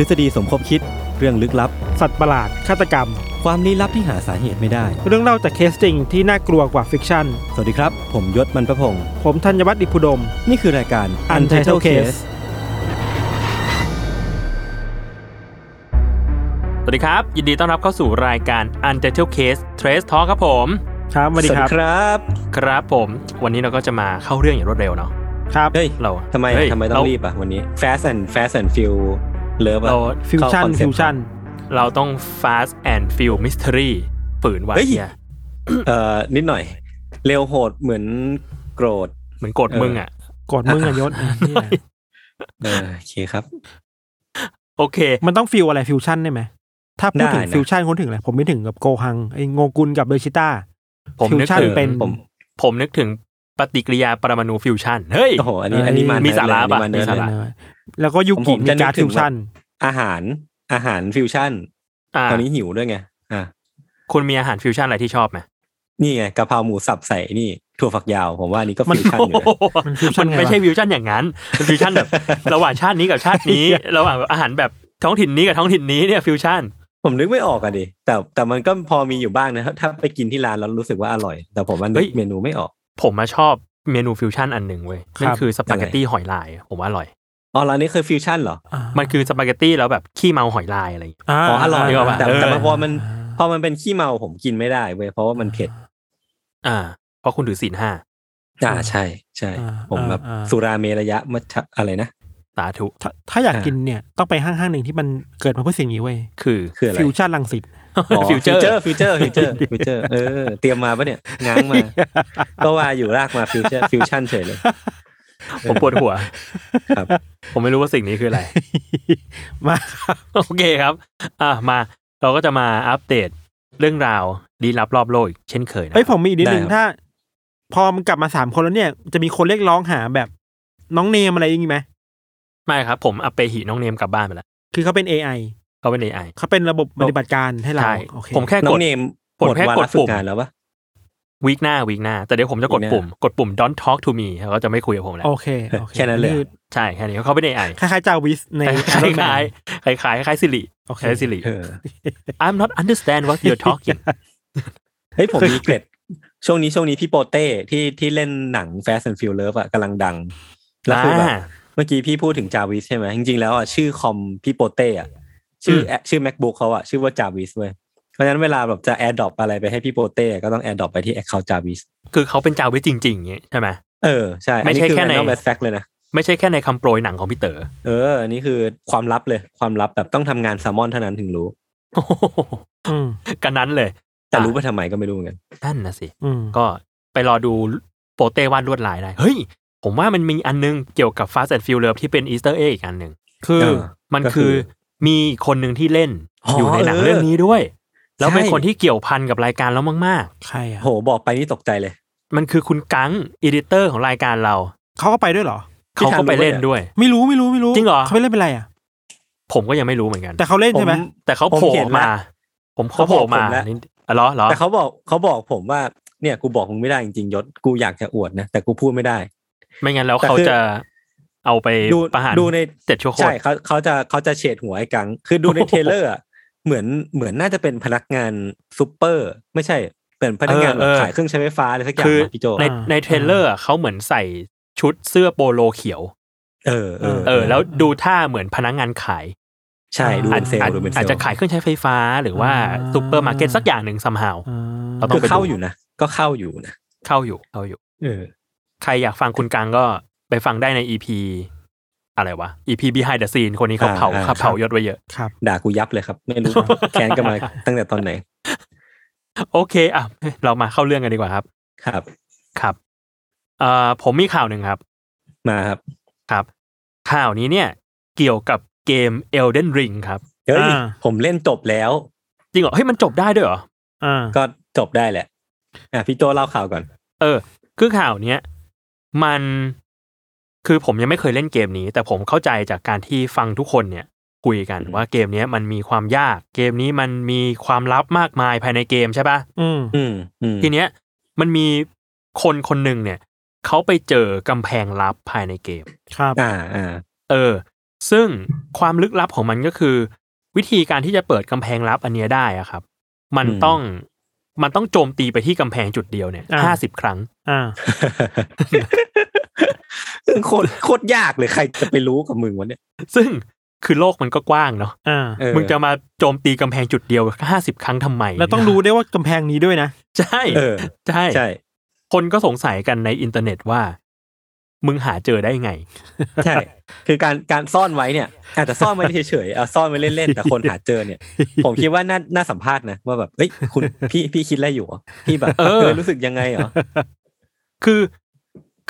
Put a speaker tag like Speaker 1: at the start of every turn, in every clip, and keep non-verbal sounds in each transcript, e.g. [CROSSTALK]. Speaker 1: ทฤษฎีสมคบคิดเรื่องลึกลับ
Speaker 2: สัตว์ประหลาด ฆาตกรรม
Speaker 1: ความลี้ลับที่หาสาเหตุไม่ได้
Speaker 2: เรื่องเล่าจากเคสจริงที่น่ากลัวกว่าฟิกชั่น
Speaker 1: สวัสดีครับ ผมยศมันประพงศ์
Speaker 2: ผมธัญวัฒน์อิพุดม
Speaker 1: นี่คือรายการ Untitled Case
Speaker 3: สวัสดีครับ ยินดีต้อนรับเข้าสู่รายการ Untitled Case Trace Talk ครับผม
Speaker 2: ครับสวัสดีครับ
Speaker 1: ครับ
Speaker 3: ครับผม วันนี้เราก็จะมาเข้าเรื่องอย่างรวดเร็วเนาะ
Speaker 2: ครับ
Speaker 1: เฮ้ย
Speaker 3: เรา
Speaker 1: ทำไม
Speaker 3: เฮ้ย
Speaker 1: ทำไมต้อ
Speaker 3: เรา
Speaker 1: งรีบอ่ะวันนี้ Fast and Fast and Feel Love อะ
Speaker 3: เรา
Speaker 2: ฟิวชั่น
Speaker 1: เข้า concept
Speaker 2: ฟิวชั่น
Speaker 3: เราต้อง fast and feel mystery ฝืนไว้
Speaker 1: เฮ้ย
Speaker 3: เนี่ย
Speaker 1: เอ่อนิดหน่อย เร็วโหดเหมือนโกรธ
Speaker 3: เหมือนโกรธ
Speaker 1: เออ
Speaker 3: มึงอ่ะ
Speaker 2: กดมึงอะ
Speaker 1: [LAUGHS]
Speaker 2: ยศเหี้ย
Speaker 1: เออโอเคครับ
Speaker 3: โอเค
Speaker 2: มันต้องฟิวอะไรฟิวชั่นได้ไหม ถ้าพูดถึง
Speaker 1: ได้นะ
Speaker 2: ฟิวชั่นคนถึงอะไรผมไม่ถึงกับโกฮังไอ้โงกุลกับเบชิต้า
Speaker 3: ผมนึ
Speaker 2: ฟิ
Speaker 3: ก
Speaker 2: วชั่น
Speaker 3: ถึง
Speaker 2: เป็น
Speaker 1: ผม
Speaker 3: ผมนึกถึงปฏิกิริยาปรมาณูฟิวชั่น เฮ้ย
Speaker 1: โอ้โห อันนี้
Speaker 2: เอ้ย
Speaker 1: อันนี้มัน
Speaker 3: มีสาระปะ
Speaker 1: อัน
Speaker 3: มี
Speaker 1: นี้
Speaker 3: สา
Speaker 1: มา
Speaker 3: ระ
Speaker 1: เนิน
Speaker 2: แล้วก็ยุ
Speaker 1: ผม
Speaker 2: กิ
Speaker 1: ผม
Speaker 2: มี
Speaker 1: จะนึก
Speaker 2: การ
Speaker 1: ถึ
Speaker 2: ฟิ
Speaker 1: ง
Speaker 2: วชั่น
Speaker 1: ว่า อาหารอาหารฟิวชั่น
Speaker 3: อ่า
Speaker 1: ตอนนี้หิวด้วยไงอ่ะ
Speaker 3: คุณมีอาหารฟิวชั่นอะไรที่ชอบไหม
Speaker 1: นี่ไงกะเพราหมูสับใส่นี่ถั่วฝักยาวผมว่าอันนี่ก็ฟิวชั่นอยู่นะ
Speaker 2: มันฟิวชั่
Speaker 3: มัน น
Speaker 2: ไงวะ
Speaker 3: ไม่ใช่ฟิวชั่นอย่างนั้นมันฟิวชั่นแบบ ระหว่างชาตินี้กับชาตินี้ ระหว่างอาหารแบบท้องถิ่นนี้กับท้องถิ่นนี้เนี่ยฟิวชั่น
Speaker 1: ผมนึกไม่ออกอะดิแต่แต่มันก็พอมีอยู่บ้างนะถ้าถ้าไปกินที่ร้านแล้วรู้สึกว่าอร่อย แต่ผมมัน
Speaker 3: เฮ้ย
Speaker 1: เมนูไม่ออก
Speaker 3: ผมมาชอบเมนูฟิวชั่นอันหนึ่งเว้ย
Speaker 2: ครับ
Speaker 3: นั่นคือสปาเกตตี้หอยลาย ผมว่าอร่อย
Speaker 1: อ๋อร้านนี้เคยฟิวชั่นเหรอ
Speaker 2: อ่า
Speaker 3: มันคือสปาเกตตี้แล้วแบบขี้เมาหอยลายอะไรอย่างเงี้ย
Speaker 2: า
Speaker 1: อ๋ออร่อย
Speaker 3: นึกออกปะ
Speaker 1: แต่
Speaker 3: เออ
Speaker 1: แต่พอมันพอมันเป็นขี้เมาผมกินไม่ได้เว้ยเพราะว่ามันเผ็ด
Speaker 3: อ่า เพราะคุณถือศีลห้า
Speaker 1: อ่าใช่ใช่
Speaker 2: อ่า
Speaker 1: ผมแบบ
Speaker 2: อ่าอ่า
Speaker 1: สุราเมระยะมัชะอะไรนะ
Speaker 3: สาธุ
Speaker 2: ถ้าถ้าอยาก
Speaker 1: อ่ากิ
Speaker 2: กินเนี่ยต้องไปห้างห้างหนึ่งที่มันเกิดมาเพื่อสิ่งนี้เว้ย
Speaker 3: คือ
Speaker 1: คืออะไร
Speaker 2: ฟิวชั่นลังสิต [LAUGHS]
Speaker 1: อ๋อ
Speaker 3: ฟิวเจอร์
Speaker 1: ฟิวเจอร์ฟิวเจอร์ฟิวเจอร์เออเตรียมมาปะเนี่ยง้างมา [LAUGHS] ก็ว่าอยู่รากมาฟิวเจอร์ฟิวชั่นเฉยเลย
Speaker 3: ผมปวดหัว
Speaker 1: ครับ
Speaker 3: ผมไม่รู้ว่าสิ่งนี้คืออะไร
Speaker 2: มา
Speaker 3: โอเคครับ อ่ะมา เราก็จะมาอัปเดตเรื่องราวลี้ลับรอบโลกอีกเช่นเคยนะ
Speaker 2: เอ้ยผมมีอีกนิดนึง
Speaker 1: ได้ครับ
Speaker 2: ถ้า พอมันกลับมาสามคนแล้วเนี่ย จะมีคนเรียกร้องหาแบบน้องเนมอะไรอย่างงี้ไหม
Speaker 3: ไม่ครับ ผมอัปเปหิน้องเนมกลับบ้านไปแล้ว
Speaker 2: คือเขาเป็น AI
Speaker 3: เขาเป็น AI
Speaker 2: เขาเป็นระบบปฏิบัติการให้เรา
Speaker 3: ใช่
Speaker 2: โอเค
Speaker 3: ผมแค่
Speaker 1: น้
Speaker 3: ก
Speaker 1: อ
Speaker 3: ด
Speaker 1: งเนม
Speaker 3: ผม
Speaker 1: หมด
Speaker 3: แค่
Speaker 1: วาก
Speaker 3: ด
Speaker 1: ระฝึ
Speaker 3: ปุ่
Speaker 1: ก
Speaker 3: ม
Speaker 1: งานแล้วปะ
Speaker 3: วีคหน้าวีคหน้า แต่เดี๋ยวผมจะกด
Speaker 1: วีคหน้า
Speaker 3: ปุ่ม กดปุ่ม don't talk to me เขาก็จะไม่คุยกับผมแล้ว
Speaker 2: โอเคโอเค
Speaker 1: แค่นั้นเลย
Speaker 2: อ
Speaker 3: ใช่แค่นี้เขาเป็น AI
Speaker 2: คล้ายๆจาวิสใน
Speaker 3: คล้าย
Speaker 2: Iron
Speaker 3: คล้าย
Speaker 2: Man
Speaker 3: คล้ายคล้ายๆคล้ายๆสิริ
Speaker 2: โอเค
Speaker 3: คล้ายๆสิริ
Speaker 1: เออ
Speaker 3: I'm not understand what you're talking
Speaker 1: เฮ้ยผมมีเกร็ด ช่วงนี้ช่วงนี้พี่โปเต้ที่ที่เล่นหนัง Fast and Furious อะกำลังดัง [LAUGHS] แล้วคือแบบ
Speaker 3: อ่า
Speaker 1: เมื่อกี้พี่พูดถึงจาวิสใช่ไหมจริงๆแล้วอะชื่อคอมพี่โปเต้อะชื่ออชื่อ macbook เขาอะชื่อว่าจาวิสเว้ยเพราะฉะนั้นเวลาแบบจะ a อ d o p อะไรไปให้พี่โปเต้ก็ต้อง a อ d o p ไปที่ account จาวิส
Speaker 3: คือเขาเป็นจาวิสจริงๆอย่างเงี้ยใช่ไหม
Speaker 1: เออใช่
Speaker 3: ไม่ใช่แค่ใน
Speaker 1: นอกแบทแฟกเลยนะ
Speaker 3: ไม่ใช่แค่ในคำโปรยหนังของพี่เต๋อ [LAUGHS]
Speaker 1: เอออันนี้คือความลับเลยความลับแบบต้องทำงานแซลมอนเท่านั้นถึงรู้
Speaker 2: อืม
Speaker 3: กันนั้นเลย
Speaker 1: แต่รู้ไปทำไมก็ไม่รู้เหมือนกัน
Speaker 3: นั่นนะสิ
Speaker 2: อืม
Speaker 3: ก็ไปรอดูโปเต้วาดลวดลายได้ เฮ้ย ผมว่ามันมีอันนึงเกี่ยวกับ Fast and Furious ที่เป็น Easter egg อีกอันหนึ่ง
Speaker 2: คือ
Speaker 1: เออ
Speaker 3: มัน
Speaker 1: ก็คื
Speaker 3: คือ
Speaker 1: อ
Speaker 3: มีอีกคนหนึ่งที่เล่น
Speaker 1: อ๋อ
Speaker 3: อ
Speaker 1: อยู่
Speaker 3: ในหนัง
Speaker 1: เออ
Speaker 3: เรื่องนี้ด้วย แล้วเป็น
Speaker 1: ใช่
Speaker 3: คนที่เกี่ยวพันกับรายการเรามาก
Speaker 2: ใครอ่ะ
Speaker 1: โหบอกไปนี่ตกใจเลย
Speaker 3: ๆ มันคือคุณกังอีดิเตอร์ของรายการเรา
Speaker 2: เขาก็ไปด้วยเหรอ
Speaker 1: พี่
Speaker 3: เขา
Speaker 1: ทัน
Speaker 3: ก็ไป
Speaker 1: รู้ไหม
Speaker 3: เล่นด้วย
Speaker 2: ไม่รู้ไม่รู้ไม่รู้
Speaker 3: จริงเหรอ
Speaker 2: เขาไปเล่นเป็นอะไรอ่ะ
Speaker 3: ผมก็ยังไม่รู้เหมือนกัน
Speaker 2: แต่เขาเล่นใช่ไหม
Speaker 1: ผม
Speaker 3: แต่เขาโผ
Speaker 1: ผ
Speaker 3: ล่
Speaker 1: มเห็น
Speaker 3: มา
Speaker 1: ละ
Speaker 3: ผมเขาโผล่มา
Speaker 1: เขาบอกผมละ
Speaker 3: นิดอ๋อเหรอเหรอ
Speaker 1: แต่เขาบอกเขาบอกผมว่าเนี่ยกูบอกมึงไม่ได้จริงๆยศกูอยากจะอวดนะแต่กูพูดไม่ได้
Speaker 3: ไม่งั้นแล้ว
Speaker 1: แต่
Speaker 3: เขา
Speaker 1: คือ
Speaker 3: จะเอาไป
Speaker 1: ดู
Speaker 3: ประหาร
Speaker 1: ดูใน
Speaker 3: เจ็ดชั่วโคต
Speaker 1: ใช่
Speaker 3: ร
Speaker 1: เขาเขาจะเขาจะเฉดหัวไอ้กัง คือดูในเทรลเลอร์อะเหมือนเหมือนน่าจะเป็นพนักงานซูเปอร์ ไม่ใช่ เหมือนพนักงาน
Speaker 3: เอ
Speaker 1: แบ
Speaker 3: อเอบ อ
Speaker 1: ขายเครื่องใช้ไฟฟ้าอะไรสักอย่าง
Speaker 3: คือ
Speaker 1: อะพี่โจ
Speaker 3: ใน
Speaker 2: อ่า
Speaker 3: ในเทรลเลอร์อะเขาเหมือนใส่ชุดเสื้อโปโลเขียว
Speaker 1: เออเออ
Speaker 3: เออ แล้วดูท่าเหมือนพนักงานขาย
Speaker 1: ใช่ดูเป็นเซล
Speaker 3: อา
Speaker 1: ล์ดูเป็นเซลล์
Speaker 3: จอาจจะขายเครื่องใช้ไฟฟ้าหรือว่า
Speaker 2: อ่า
Speaker 3: ซูเปอร์มาร์เก็ตสักอย่างหนึ่งซัมฮาว เราต้
Speaker 1: คื
Speaker 3: ง
Speaker 1: อ
Speaker 3: ไปดู
Speaker 1: เข้าอยู่นะก็เข้าอยู่นะ
Speaker 3: เข้าอยู่เข้าอยู่
Speaker 1: เออ
Speaker 3: ใครอยากฟังคุณกังก็ไปฟังได้ใน EP อะไรวะ EP behind the scene คนนี้เขา
Speaker 1: อ่า
Speaker 3: เผา
Speaker 1: อ่า
Speaker 3: เขาเผา
Speaker 1: ครับ
Speaker 3: ยศไว้เยอะ
Speaker 2: ครับ
Speaker 1: ด่ากูยับเลยครับ ไม่รู้ แค้นกันมาตั้งแต่ตอนไหน
Speaker 3: โอเคอ่ะเรามาเข้าเรื่องกันดีกว่าครับ
Speaker 1: ครับ
Speaker 3: ครับเอ่อผมมีข่าวหนึ่งครับ
Speaker 1: มาครับ
Speaker 3: ครับ ข่าวนี้เนี่ยเกี่ยวกับเกม Elden Ring ครับ
Speaker 1: เฮ้ย
Speaker 2: อ่า
Speaker 1: ผมเล่นจบแล้ว
Speaker 3: จริงเหรอ เฮ้ย มันจบได้ด้วยเหรอ
Speaker 2: อ่า
Speaker 1: ก็จบได้แหละอ่ะพี่โจเล่าข่าวก่อน
Speaker 3: เออ คือข่าวเนี้ยมันคือผมยังไม่เคยเล่นเกมนี้ แต่ผมเข้าใจจากการที่ฟังทุกคนเนี่ย คุยกันว่าเกมเนี้ยมันมีความยาก เกมนี้มันมีความลับมากมายภายในเกมใช่ปะ
Speaker 2: อืม
Speaker 1: อืมอืม
Speaker 3: ทีเนี้ยมันมีคนคนหนึ่งเนี่ยเขาไปเจอกำแพงลับภายในเกม
Speaker 2: ครับ
Speaker 1: อ่าอ่า [LAUGHS]
Speaker 3: เออ ซึ่งความลึกลับของมันก็คือ วิธีการที่จะเปิดกำแพงลับอันเนี้ยได้อะครับ มันต้องมันต้องโจมตีไปที่กำแพงจุดเดียวเนี่ยห้าสิบครั้ง
Speaker 2: อ่า
Speaker 1: ซึ่งโคตรโคตรยากเลยใครจะไปรู้กับมึงวะเนี่ย
Speaker 3: ซึ่งคือโลกมันก็กว้างเนาะ
Speaker 2: อ่า
Speaker 1: เออ
Speaker 3: มึงจะมาโจมตีกำแพงจุดเดียวห้าสิบครั้งทำไม
Speaker 2: แล้วต้อง [LAUGHS] รู้ได้วยว่ากำแพงนี้ด้วยนะ
Speaker 3: ใช่
Speaker 1: เออ
Speaker 3: ใช่
Speaker 1: ใช่
Speaker 3: คนก็สงสัยกันในอินเทอร์เน็ตว่า มึงหาเจอได้ไง
Speaker 1: ใช่ คือการการซ่อนไว้เนี่ย อาจจะซ่อนไว้เฉยๆเอาซ่อนไว้เล่นๆ แต่คนหาเจอเนี่ย ผมคิดว่าน่าน่าสัมภาษณ์นะว่าแบบเอ้ยคุณพี่พี่คิดอะไรอยู่เหรอพี่แบบ
Speaker 3: เอ
Speaker 1: เอ
Speaker 3: อ
Speaker 1: อรู้สึกยังไงเหรอ
Speaker 3: คือ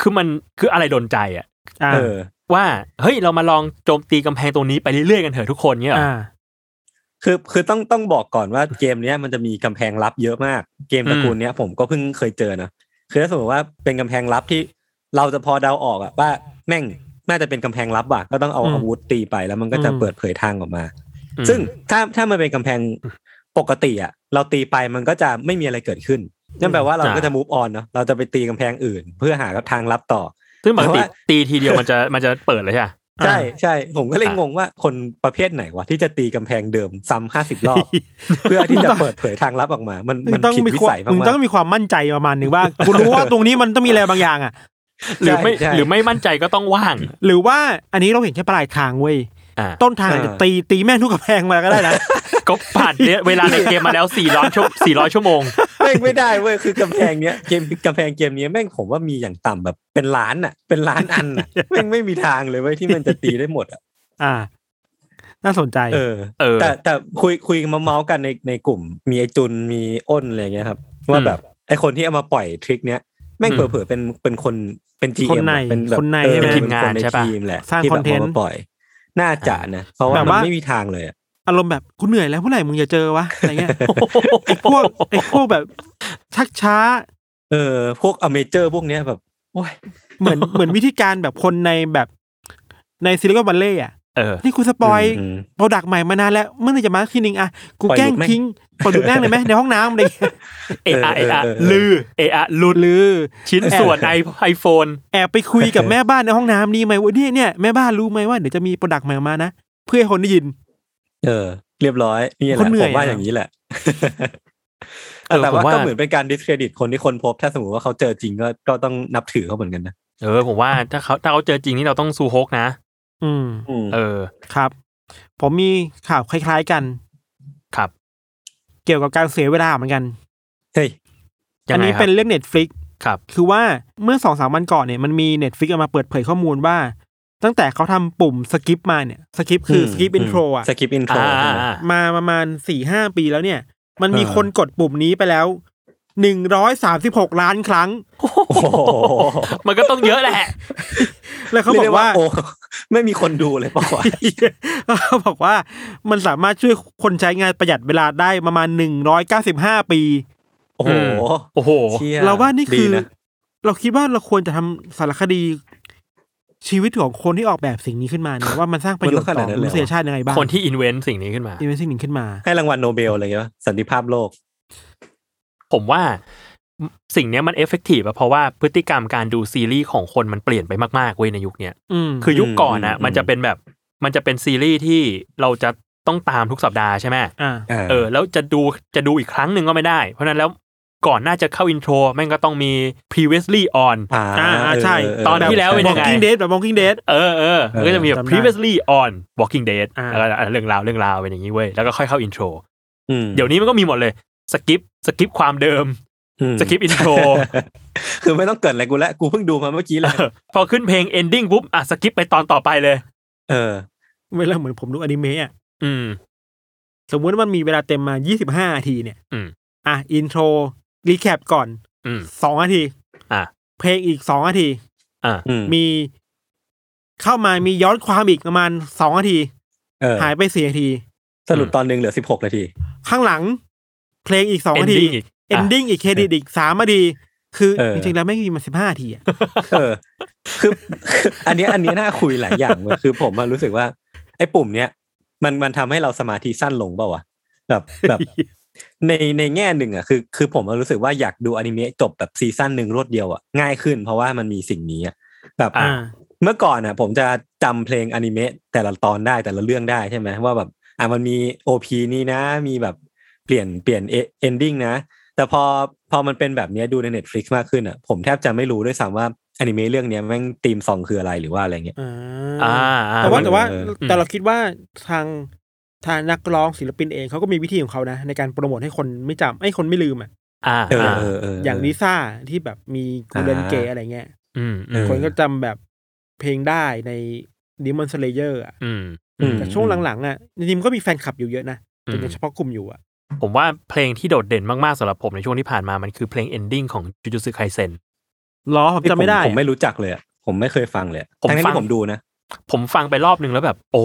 Speaker 3: คือมันคืออะไรโดนใจอะ
Speaker 2: อ่า
Speaker 1: เออ
Speaker 3: ว่าเฮ้ยเรามาลองโจมตีกำแพงตรงนี้ไปเรื่อยๆกันเถอะทุกคนเนี่ยเหรอ
Speaker 2: อ่า
Speaker 1: คือคือต้องต้องบอกก่อนว่าเกมเนี้ยมันจะมีกำแพงลับเยอะมาก เกมตระกูลเนี้ยผมก็เพิ่งเคยเจอนะคือถ้าสมมติว่าเป็นกำแพงลับที่เราจะพอเดาออกอะว่าแม่งน่าจะเป็นกำแพงลับว่ะก็ต้องเอา
Speaker 2: อืม
Speaker 1: อาวุธตีไปแล้วมันก็จะ
Speaker 2: อืม
Speaker 1: เปิดเผยทางออกมา
Speaker 3: อืม
Speaker 1: ซึ่งถ้าถ้ามันเป็นกำแพงปกติอะเราตีไปมันก็จะไม่มีอะไรเกิดขึ้นนั่นแปลว่าเราก็จะ move on เนาะเราจะไปตีกำแพงอื่น เพื่อหาทางลับต่อ
Speaker 3: ซึ่งปกติ
Speaker 1: แต่ว่า
Speaker 3: ตีทีเดียวมันจะ [LAUGHS] มันจะเปิดเลยใช่ปะ
Speaker 1: ใช่ใช่ผมก็เลย
Speaker 3: อ่ะ
Speaker 1: งงว่าคนประเภทไหนวะที่จะตีกำแพงเดิมซ้ำห้าสิบรอบ เพื่อที่จะเปิดเผยทางลับออกมา มัน
Speaker 2: มึ
Speaker 1: มั
Speaker 2: ง
Speaker 1: น
Speaker 2: ต้อง
Speaker 1: ผิด
Speaker 2: มี
Speaker 1: วิ
Speaker 2: ความ
Speaker 1: สัยมา
Speaker 2: มึงต้อก งมีความมั่นใจประมาณหนึ่งว่ากูรู้ว่าตรงนี้มันต้องมีอะไรบางอย่างอ่ะ
Speaker 3: หรือไม่
Speaker 1: ใช่ใช่
Speaker 3: หรือไม่มั่นใจก็ต้องว่าง
Speaker 2: หรือว่าอันนี้เราเห็นแค่ปลายทางเว้ย
Speaker 3: อ่า
Speaker 2: ต้นทางอาจจะ
Speaker 1: เออ
Speaker 2: ตีตีแม่งทุกกำแพงมาก็ได้นะ
Speaker 3: ก็ผ่านเนี่ยเวลาในเกมมาแล้ว 400ชั่ว400 ชั่วโมง
Speaker 1: ๆแม่งไม่ได้เว้ยคือกำแพงเนี้ยเกมกำแพงเกมเนี้ยแม่งผมว่ามีอย่างต่ำแบบเป็นล้านอ่ะ เป็นล้านอันอ่ะแม่งไม่มีทางเลยเว้ยที่มันจะตีได้หมดอะ
Speaker 2: อ่า น่าสนใจ
Speaker 1: เออ
Speaker 3: เออ
Speaker 1: แต่แต่คุยคุยมาเมาส์กันในในกลุ่ม มีไอจุนมีอ้นอะไรเงี้ยครับ ว่าแบบไอคนที่เอามาปล่อยทริคเนี้ยแม่ง
Speaker 3: อืม
Speaker 1: เผลอๆเป็นเป็นคนเป็นที
Speaker 2: คนใน
Speaker 1: เป็นแบบ
Speaker 2: คนใน
Speaker 1: เออ
Speaker 2: ใช่ไหม
Speaker 1: เป็
Speaker 3: ทีมงาน
Speaker 1: ค
Speaker 3: ใช่ปะ
Speaker 1: ทีมแหละ
Speaker 2: สร้าง
Speaker 1: ที่
Speaker 2: ค
Speaker 1: แบ
Speaker 2: อน
Speaker 1: บ
Speaker 2: เทนต์
Speaker 1: เอามาปล่อย น่าจะนะเพราะว่า
Speaker 2: แบบ
Speaker 1: มัน
Speaker 2: ว่า
Speaker 1: ไม่มีทางเลยอะ
Speaker 2: อารมณ์แบบกูเหนื่อยแล้วเมื่อไหร่มึงจะเจอวะอะไรเงี้ยไอ้พวกไอ้พวกแบบชักช้า
Speaker 1: เออพวกอเมเจอร์พวกเนี้ยแบบโอ้ย
Speaker 2: เหมือน เหมือนวิธีการแบบคนในแบบในซิลิคอนวัลเลย์อ่ะ
Speaker 3: เออ
Speaker 2: นี่กูสปอย
Speaker 1: อืมอืม
Speaker 2: โปรดักต์ใหม่มานานแล้วเมื่อไหร่จะมาสักทีนึงอ่ะกูแกล้ง
Speaker 1: ปล่อยหลุดแม่ง
Speaker 2: ทิ้งปล่อยหลุดแม่งเลยไหมในห้องน้ำอะไรเงี้ย
Speaker 3: เออะเออะ
Speaker 1: เออเออเออ
Speaker 3: ลือเออะลุด
Speaker 2: หรือ
Speaker 3: ชิ้นส่วนไอไอโฟน
Speaker 2: แอบไปคุยกับแม่บ้านในห้องน้ำนี่ไหมว่าเนี่ยเนี่ยแม่บ้านรู้ไหมว่าเดี๋ยวจะมีโปรดักต์ใหม่มานะ เพื่อให้คนได้ยิน
Speaker 1: เออ เรียบร้อยนี่แห
Speaker 2: คน
Speaker 1: ละ
Speaker 2: เหนื่
Speaker 1: ผ
Speaker 2: อย
Speaker 1: มว่า
Speaker 2: อะ
Speaker 1: อย่างนี้แหละ
Speaker 3: เออ
Speaker 1: แต่
Speaker 3: ผม
Speaker 1: ว่า
Speaker 3: ว่า
Speaker 1: ก็เหมือนเป็นการดิสเครดิตคนที่คนพบ ถ้าสมมติว่าเขาเจอจริงก็ก็ต้องนับถือเขาเหมือนกันนะ
Speaker 3: เออ ผมว่าถ้าเขาถ้าเขาเจอจริงนี่เราต้องซูฮกนะ
Speaker 2: อืม
Speaker 1: อืม
Speaker 3: เออ
Speaker 2: ครับ ผมมีข่าวคล้ายๆกัน
Speaker 3: ครับ
Speaker 2: เกี่ยวกับการเสียเวลาเหมือนกัน
Speaker 1: เฮ้ย
Speaker 3: ยั
Speaker 2: อั
Speaker 3: งไง
Speaker 2: นี้
Speaker 3: ครับ
Speaker 2: เป็นเรื่องเน็ตฟลิก
Speaker 3: ครับ
Speaker 2: คือว่าเมื่อสองสามวันก่อนเนี่ยมันมีเน็ตฟลิกออกมาเปิดเผยข้อมูลว่า ตั้งแต่เขาทำปุ่มสกิปมาเนี่ยสกิปคือสกิปอินโทรอ่ะ
Speaker 1: สกิปอินโทร
Speaker 3: อ่า
Speaker 1: ใช่ไหม
Speaker 3: อ่า
Speaker 2: มาประมาณสี่ห้าปีแล้วเนี่ย มันมี
Speaker 1: เออ
Speaker 2: คนกดปุ่มนี้ไปแล้วหนึ่งร้อยสามสิบหกล้านครั้ง
Speaker 1: โอ้โห
Speaker 3: มันก็ต้องเยอะแหละ
Speaker 2: แล้วเขาบอ
Speaker 1: เรีย
Speaker 2: กว่า
Speaker 1: ได้โไม่มีคนดูเลยเปล่าวะ
Speaker 2: [LAUGHS] เขาบอกว่ามันสามารถช่วยคนใช้งานประหยัดเวลาได้ประมาณหนึ่งร้อยเก้าสิบห้าปี
Speaker 1: โอ้โห
Speaker 3: โอ้โห
Speaker 1: ชี่ย
Speaker 2: เราว่านี่คือ
Speaker 1: ดีะ
Speaker 2: เราคิดว่าเราควรจะทำสารคดี ชีวิตของคนที่ออกแบบสิ่งนี้ขึ้นมาเนี่ยว่ามันสร้างประโยชน์ต่อมนุษยชาติยังไงบ้าง
Speaker 3: คนที่อินเวนต์สิ่งนี้ขึ้นมา
Speaker 2: อินเวนต์สิ่งหนึ่งขึ้นมา
Speaker 1: ให้รางวัลโนเบลอะไรเงี้ยวะสันติภาพโลก
Speaker 3: ผมว่าสิ่งเนี้ยมันเอฟเฟกตีฟอะเพราะว่าพฤติกรรมการดูซีรีส์ของคนมันเปลี่ยนไปมากๆเว้ยในยุคเนี้ย
Speaker 2: อืม
Speaker 3: คือยุคก่อนอะ
Speaker 1: อืม
Speaker 3: มันจะเป็นแบบมันจะเป็นซีรีส์ที่เราจะต้องตามทุกสัปดาห์ใช่ไหม
Speaker 2: อ่า
Speaker 1: อ่า
Speaker 3: เออแล้วจะดูจะดูอีกครั้งหนึ่งก็ไม่ได้ เพราะฉะนั้นแล้ว ก่อนหน่าจะเข้าอินโทรแม่งก็ต้องมี previously on
Speaker 1: อ่า
Speaker 2: อ่าอ่าใช่
Speaker 1: เเ
Speaker 3: ตอนที่แล้วเป็นยังไง
Speaker 2: Walking Dead แบบ Walking Dead
Speaker 3: เออเออมันก็จะมีแบบ
Speaker 2: จำได้
Speaker 3: previously on walking dead
Speaker 2: อ่า
Speaker 3: แล้วก็อ่ะเรื่องราวเรื่องราวเป็นอย่างนี้เว้ยแล้วก็ค่อยเข้าอินโทร
Speaker 1: อืม
Speaker 3: เดี๋ยวนี้มันก็มีหมดเลยสกิปสกิปความเดิม
Speaker 1: อืม
Speaker 3: skip intro
Speaker 1: คือไม่ต้องเกิดอะไรกูแล้วกูเพิ่งดูมาเมื่อกี้เลย
Speaker 3: เออพอขึ้นเพลง ending ปุ๊บอ่ะสกิปไปตอนต่อไปเลย
Speaker 1: เออ
Speaker 2: เวลาเหมือนผมดูอนิเมะอะ
Speaker 3: อืม
Speaker 2: สมมุติว่ามันมีเวลาเต็มมา 25นาทีเนี่ย
Speaker 3: อืม
Speaker 2: อ่ะอินโทรรีแคปก่อน
Speaker 3: อืม
Speaker 2: สองนาที
Speaker 3: อ่ะ
Speaker 2: เพลงอีกสองนาที
Speaker 3: อ่ะ
Speaker 1: อืม
Speaker 2: มีเข้ามามีย้อนความอีกประมาณสองนาที
Speaker 1: เออ
Speaker 2: หายไปสี่นาที
Speaker 1: สรุปตอนหนึ่งเหลือสิบหกนาที
Speaker 2: ข้างหลัง เพลงอีกสองนาที
Speaker 3: ending อีก
Speaker 2: เอนดิ้งอีกเครดิตอีกสามนาที คือ
Speaker 1: เออ
Speaker 2: จริงๆแล้วไม่มีมาสิบห้านาทีอะ
Speaker 1: เออ คือคืออันเนี้ยอันเนี้ยน่าคุยหลายอย่างเลยคือผมอะรู้สึกว่า ไอ้ปุ่มเนี้ยมันมันทำให้เราสมาธิสั้นลงเปล่าวะแบบแบบในในแง่หนึ่งอ่ะคือคือผมอะรู้สึกว่าอยากดูอนิเมะจบแบบซีซั่นหนึ่งรวดเดียวอ่ะง่ายขึ้นเพราะว่ามันมีสิ่งนี้อะแบบ
Speaker 3: อ่ะ
Speaker 1: เมื่อก่อนอ่ะ ผมจะจำเพลงอนิเมะแต่ละตอนได้แต่ละเรื่องได้ใช่ไหมว่าแบบอ่ะมันมีโอพนี่นะ มีแบบเปลี่ยนเปลี่ยนเอ n นดิ้งนะ แต่พอพอมันเป็นแบบเนี้ยดูใน Netflix มากขึ้นอ่ะ ผมแทบจะไม่รู้ด้วยซ้ำว่าอนิเมะเรื่องเนี้ยแม่งตีมซองคืออะไรหรือว่าอะไรเงี้ย
Speaker 2: อ่
Speaker 3: อ่า
Speaker 2: า
Speaker 3: อ่
Speaker 2: แต่ว่าแต่ว่า
Speaker 1: เออ
Speaker 2: แต่เราคิดว่าทางทางนักร้องศิลปินเองเขาก็มีวิธีของเขานะ ในการโปรโมทให้คนไม่จำไอ้คนไม่ลืมอ่ะ
Speaker 3: อ่า
Speaker 1: เออ
Speaker 3: อ่า
Speaker 1: เออเออ
Speaker 2: อย่าง
Speaker 1: เ
Speaker 2: ลิซ่าที่แบบมีโกลเด้น
Speaker 1: อ่า
Speaker 2: เกย์อะไรเงี้ย
Speaker 3: อืม
Speaker 1: เออ
Speaker 2: คนก็จำแบบเพลงได้ในดิมอนสเลเยอร์อ่ะ
Speaker 3: อืม
Speaker 1: อืม
Speaker 2: แต่ช่วงหลังๆอ่ะจริงๆมันก็มีแฟนคลับอยู่เยอะนะแต่ยังเฉพาะกลุ่มอยู่อ่ะ
Speaker 3: ผมว่าเพลงที่โดดเด่นมาก ๆสำหรับผมในช่วงที่ผ่านมามันคือเพลง ending ของ Jujutsu Kaisen
Speaker 2: ล้อผมจำไม่ได้
Speaker 1: ผมไม่รู้จักเลยอะผมไม่เคยฟังเลยอะ
Speaker 3: ผม
Speaker 1: ทั้งๆ
Speaker 3: ฟัง
Speaker 1: ที่ผมดูนะ
Speaker 3: ผมฟังไปรอบนึงแล้วแบบ โอ้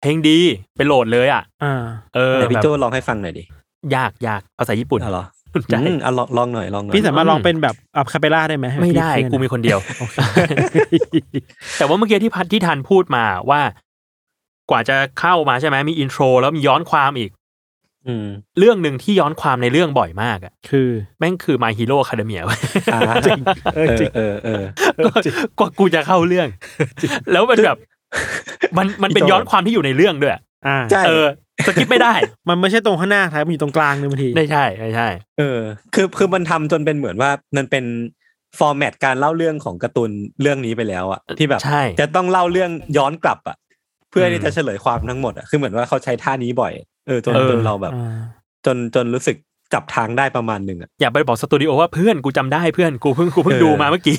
Speaker 3: เพลงดีไปโหลดเลยอ่ะ
Speaker 2: อ่า
Speaker 3: เออ
Speaker 1: แต่พี่
Speaker 3: แบบ
Speaker 1: โจลองให้ฟังหน่อยดิ
Speaker 3: ยากยากภาษาญี่ปุ่น
Speaker 1: อ๋อเหรอ
Speaker 3: ใช่
Speaker 1: อืมอ่ะลองลองหน่อยลองหน่อย
Speaker 2: พี่สามารถลองเป็นแบบอับคาเปล่าได้ไหม
Speaker 3: ไม่ได้
Speaker 2: พี่เพื่อน
Speaker 3: กูมีคนเดียว [LAUGHS]
Speaker 2: โอเค
Speaker 3: แต่ว่าเมื่อกี้ที่พัดที่ทันพูดมาว่า กว่าจะเข้ามาใช่ไหมมีอินโทรแล้วมีย้อนความอีก
Speaker 1: อืม
Speaker 3: เรื่องหนึ่งที่ย้อนความในเรื่องบ่อยมากอ่ะ
Speaker 2: คือ
Speaker 3: แม่งคือ My Hero Academia เว้ย [LAUGHS]
Speaker 1: อ่า
Speaker 2: เอ
Speaker 1: เอ
Speaker 2: อ
Speaker 1: อ
Speaker 2: จริง
Speaker 1: เออเออ
Speaker 3: กว่ากูจะเข้าเรื่อง แล้วมันแบบ มันมันเป็นย้อนความที่อยู่ในเรื่องด้วยอะ
Speaker 2: อ่า
Speaker 1: ใช่
Speaker 3: เออสกิป
Speaker 1: [LAUGHS]
Speaker 3: ไม่ได้
Speaker 2: มันไม่ใช่ตรงข้างหน้าครับมันอยู่ตรงกลางเลยบางที
Speaker 3: ไม่ใช่ไม่ใช่
Speaker 1: เออคือคือมันทำจนเป็นเหมือนว่ามันเป็นฟอร์แมตการเล่าเรื่องของการ์ตูนเรื่องนี้ไปแล้วอะที่แบบ
Speaker 3: ใช่
Speaker 1: จะต้องเล่าเรื่องย้อนกลับอะเพื่ออ
Speaker 3: ม
Speaker 1: ที่จะเฉลยความทั้งหมดอะคือเหมือนว่าเขาใช้ท่านี้บ่อย เออจน
Speaker 3: เออ
Speaker 1: จนเราแบบ
Speaker 2: อ่า
Speaker 1: จนจนรู้สึกจับทางได้ประมาณหนึ่งอะ
Speaker 3: อย่าไปบอกสตูดิโอว่าเพื่อนกูจำได้เพื่อนกูเพิ่งกูเพิ่ง
Speaker 1: เออ
Speaker 3: ดูมาเมื่อกี้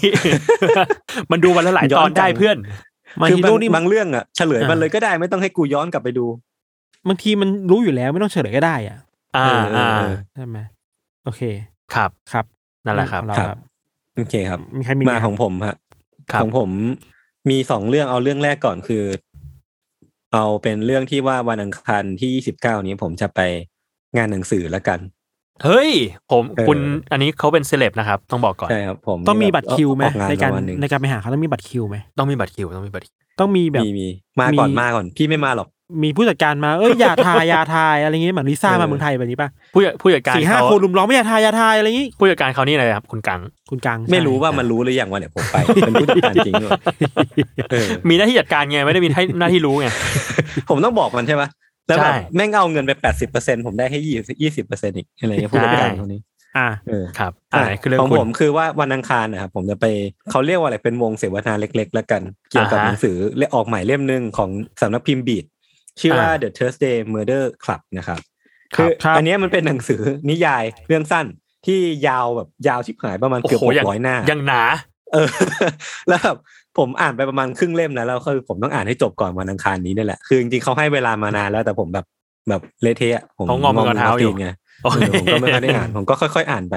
Speaker 3: [LAUGHS] มันดูวันละหลาย
Speaker 1: ย้
Speaker 3: ต
Speaker 1: อน
Speaker 3: อนได้
Speaker 1: จัง
Speaker 3: เพื่อน
Speaker 2: มัน
Speaker 1: คื
Speaker 2: ฮี
Speaker 1: บา
Speaker 2: โร่
Speaker 1: ง
Speaker 2: นี่
Speaker 1: บางเรื่องอะเฉลยมันเลยก็ได้ไม่ต้องให้กูย้อนกลับไปดู
Speaker 2: บางทีมันรู้อยู่แล้วไม่ต้องเฉลยก็ได้อ่ะ
Speaker 3: อ่า
Speaker 1: เออเอออ่
Speaker 3: อ่า
Speaker 2: ใช่ไหมโอเค
Speaker 3: ครับ
Speaker 2: ครับ
Speaker 3: นั่นแหละครับ
Speaker 2: เา
Speaker 1: ครับ โอเคครับ
Speaker 2: มีใครมี
Speaker 1: มา
Speaker 2: ไห
Speaker 1: ของผมฮะ
Speaker 3: ครับ
Speaker 1: ของผมมีสองเรื่องเอาเรื่องแรกก่อนคือ เอาเป็นเรื่องที่ว่าวันอังคารที่ยี่สิบเก้านี้ผมจะไปงานหนังสือแล้วกัน
Speaker 3: เฮ้ย ผม
Speaker 1: เออ
Speaker 3: คุณอันนี้เขาเป็นเซเลบนะครับ ต้องบอกก่อน
Speaker 1: ใช่ครับผม
Speaker 2: ต้องมี
Speaker 1: นี่
Speaker 2: บัตรคิวไหม
Speaker 1: ออง
Speaker 2: ในการ
Speaker 1: ปะมณหง
Speaker 2: ในการไปหาเขาต้องมีบัตรคิวไหม
Speaker 3: ต้องมีบัตรคิวต้องมีบัตรคิว
Speaker 2: ต้องมีแบบ
Speaker 1: มีมีมาก่อน
Speaker 2: มี
Speaker 1: มาก่อน พี่ไม่มาหรอก
Speaker 2: มีผู้จัดการมาเอ้ยอย่าทายอย่าทายอะไรเงี้ยเหมือนลิซ่า
Speaker 1: เออ
Speaker 2: มาเมืองไทยแบบนี้ป่ะ
Speaker 3: ผู้จัดผู้จัดการ
Speaker 2: สี่ห้า
Speaker 3: เขา
Speaker 2: คนลุมล้อมไม่อย่าทายอย่าทายอะไรงี้
Speaker 3: ผู้จัดการเขานี่อะไรครับ คุณ
Speaker 1: [LAUGHS]
Speaker 3: กัง
Speaker 2: คุณกลาง
Speaker 1: ไม่รู้
Speaker 2: ใช่
Speaker 1: ว่ามันรู้หรือยังว่าเนี่ยผมไป เป็นผู้จัดการจริงหรือเปล่าเออ
Speaker 3: มีหน้าที่จัดการไงไม่ได้มีให้หน้าที่รู้ไง
Speaker 1: ผมต้องบอกมันใช่ไหมแล้วแบบ
Speaker 3: ใช่
Speaker 1: แม่งเอาเงินไปแปดสิบเปอร์เซ็นผมได้ให้ยี่ยี่สิบเปอร์เซ็นอีกอะไรเงี้ย
Speaker 3: ใช่
Speaker 1: ผู้จัดการคนนี้
Speaker 2: อ่า
Speaker 1: เออ
Speaker 3: ครับอ่าไหนคือเรื่อง
Speaker 1: ของ
Speaker 3: คุ
Speaker 1: ผ
Speaker 3: ณ
Speaker 1: มคือว่าวันอังคารนะครับผมจะไปเขาเรียกว่าอะไรเป็นวงเสวนาเล็ก ๆ แล้วกัน เกี่ยวกับ
Speaker 3: อ่าฮะ
Speaker 1: หนังสือเล่มออกใหม่เล่มหนึ่งของสำนักพิมพ์บีดชื่อว่า
Speaker 3: อ่า
Speaker 1: The Thursday Murder Club นะครับ
Speaker 3: ค
Speaker 1: คื
Speaker 3: รับ
Speaker 1: อ
Speaker 2: ครับ
Speaker 1: อันเนี้ยมันเป็นหนังสือนิยายเรื่องสั้นที่ยาวแบบยาวชิบหายประมาณ
Speaker 3: โอ้
Speaker 1: เกือบ
Speaker 3: โห
Speaker 1: ห
Speaker 3: อย่าง
Speaker 1: กร้อยหน้า
Speaker 3: อย่างหนา
Speaker 1: เออ [LAUGHS] แล้วแบบผมอ่านไปประมาณครึ่งเล่มแล้วแล้วคือผมต้องอ่านให้จบก่อนวันอังคารนี้นี่แหละคือจริงๆเขาให้เวลามานานแล้วแต่ผมแบบแบบเละเทะอะผม
Speaker 3: เขางอมือกับเท้าอยู่
Speaker 1: ตีนไง เออผมก็ไม่ค่อยได้อ่าน [LAUGHS] ผมก็ค่อยๆอ่านไป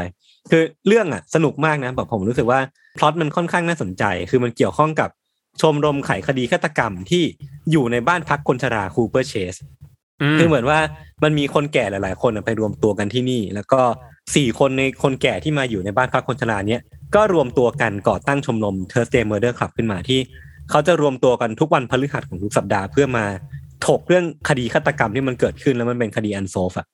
Speaker 1: คือเรื่องอ่ะสนุกมากนะแบบผมรู้สึกว่าพล็อตมันค่อนข้างน่าสนใจ คือมันเกี่ยวข้องกับชมรมไขคดีฆาตกรรมที่อยู่ในบ้านพักคนชราคูเปอร์เชส
Speaker 3: อืม
Speaker 1: คือเหมือนว่ามันมีคนแก่หลาย ๆ คนอะไปรวมตัวกันที่นี่ แล้วก็สี่คนในคนแก่ที่มาอยู่ในบ้านพักคนชราเนี้ยก็รวมตัวกันก่อตั้งชมรม Thursday Murder Club ขึ้นมาที่ เขาจะรวมตัวกันทุกวันพฤหัสของทุกสัปดาห์เพื่อมาถกเรื่องคดีฆาตกรรมที่มันเกิดขึ้นแล้วมันเป็นคดีอันโซฟอะ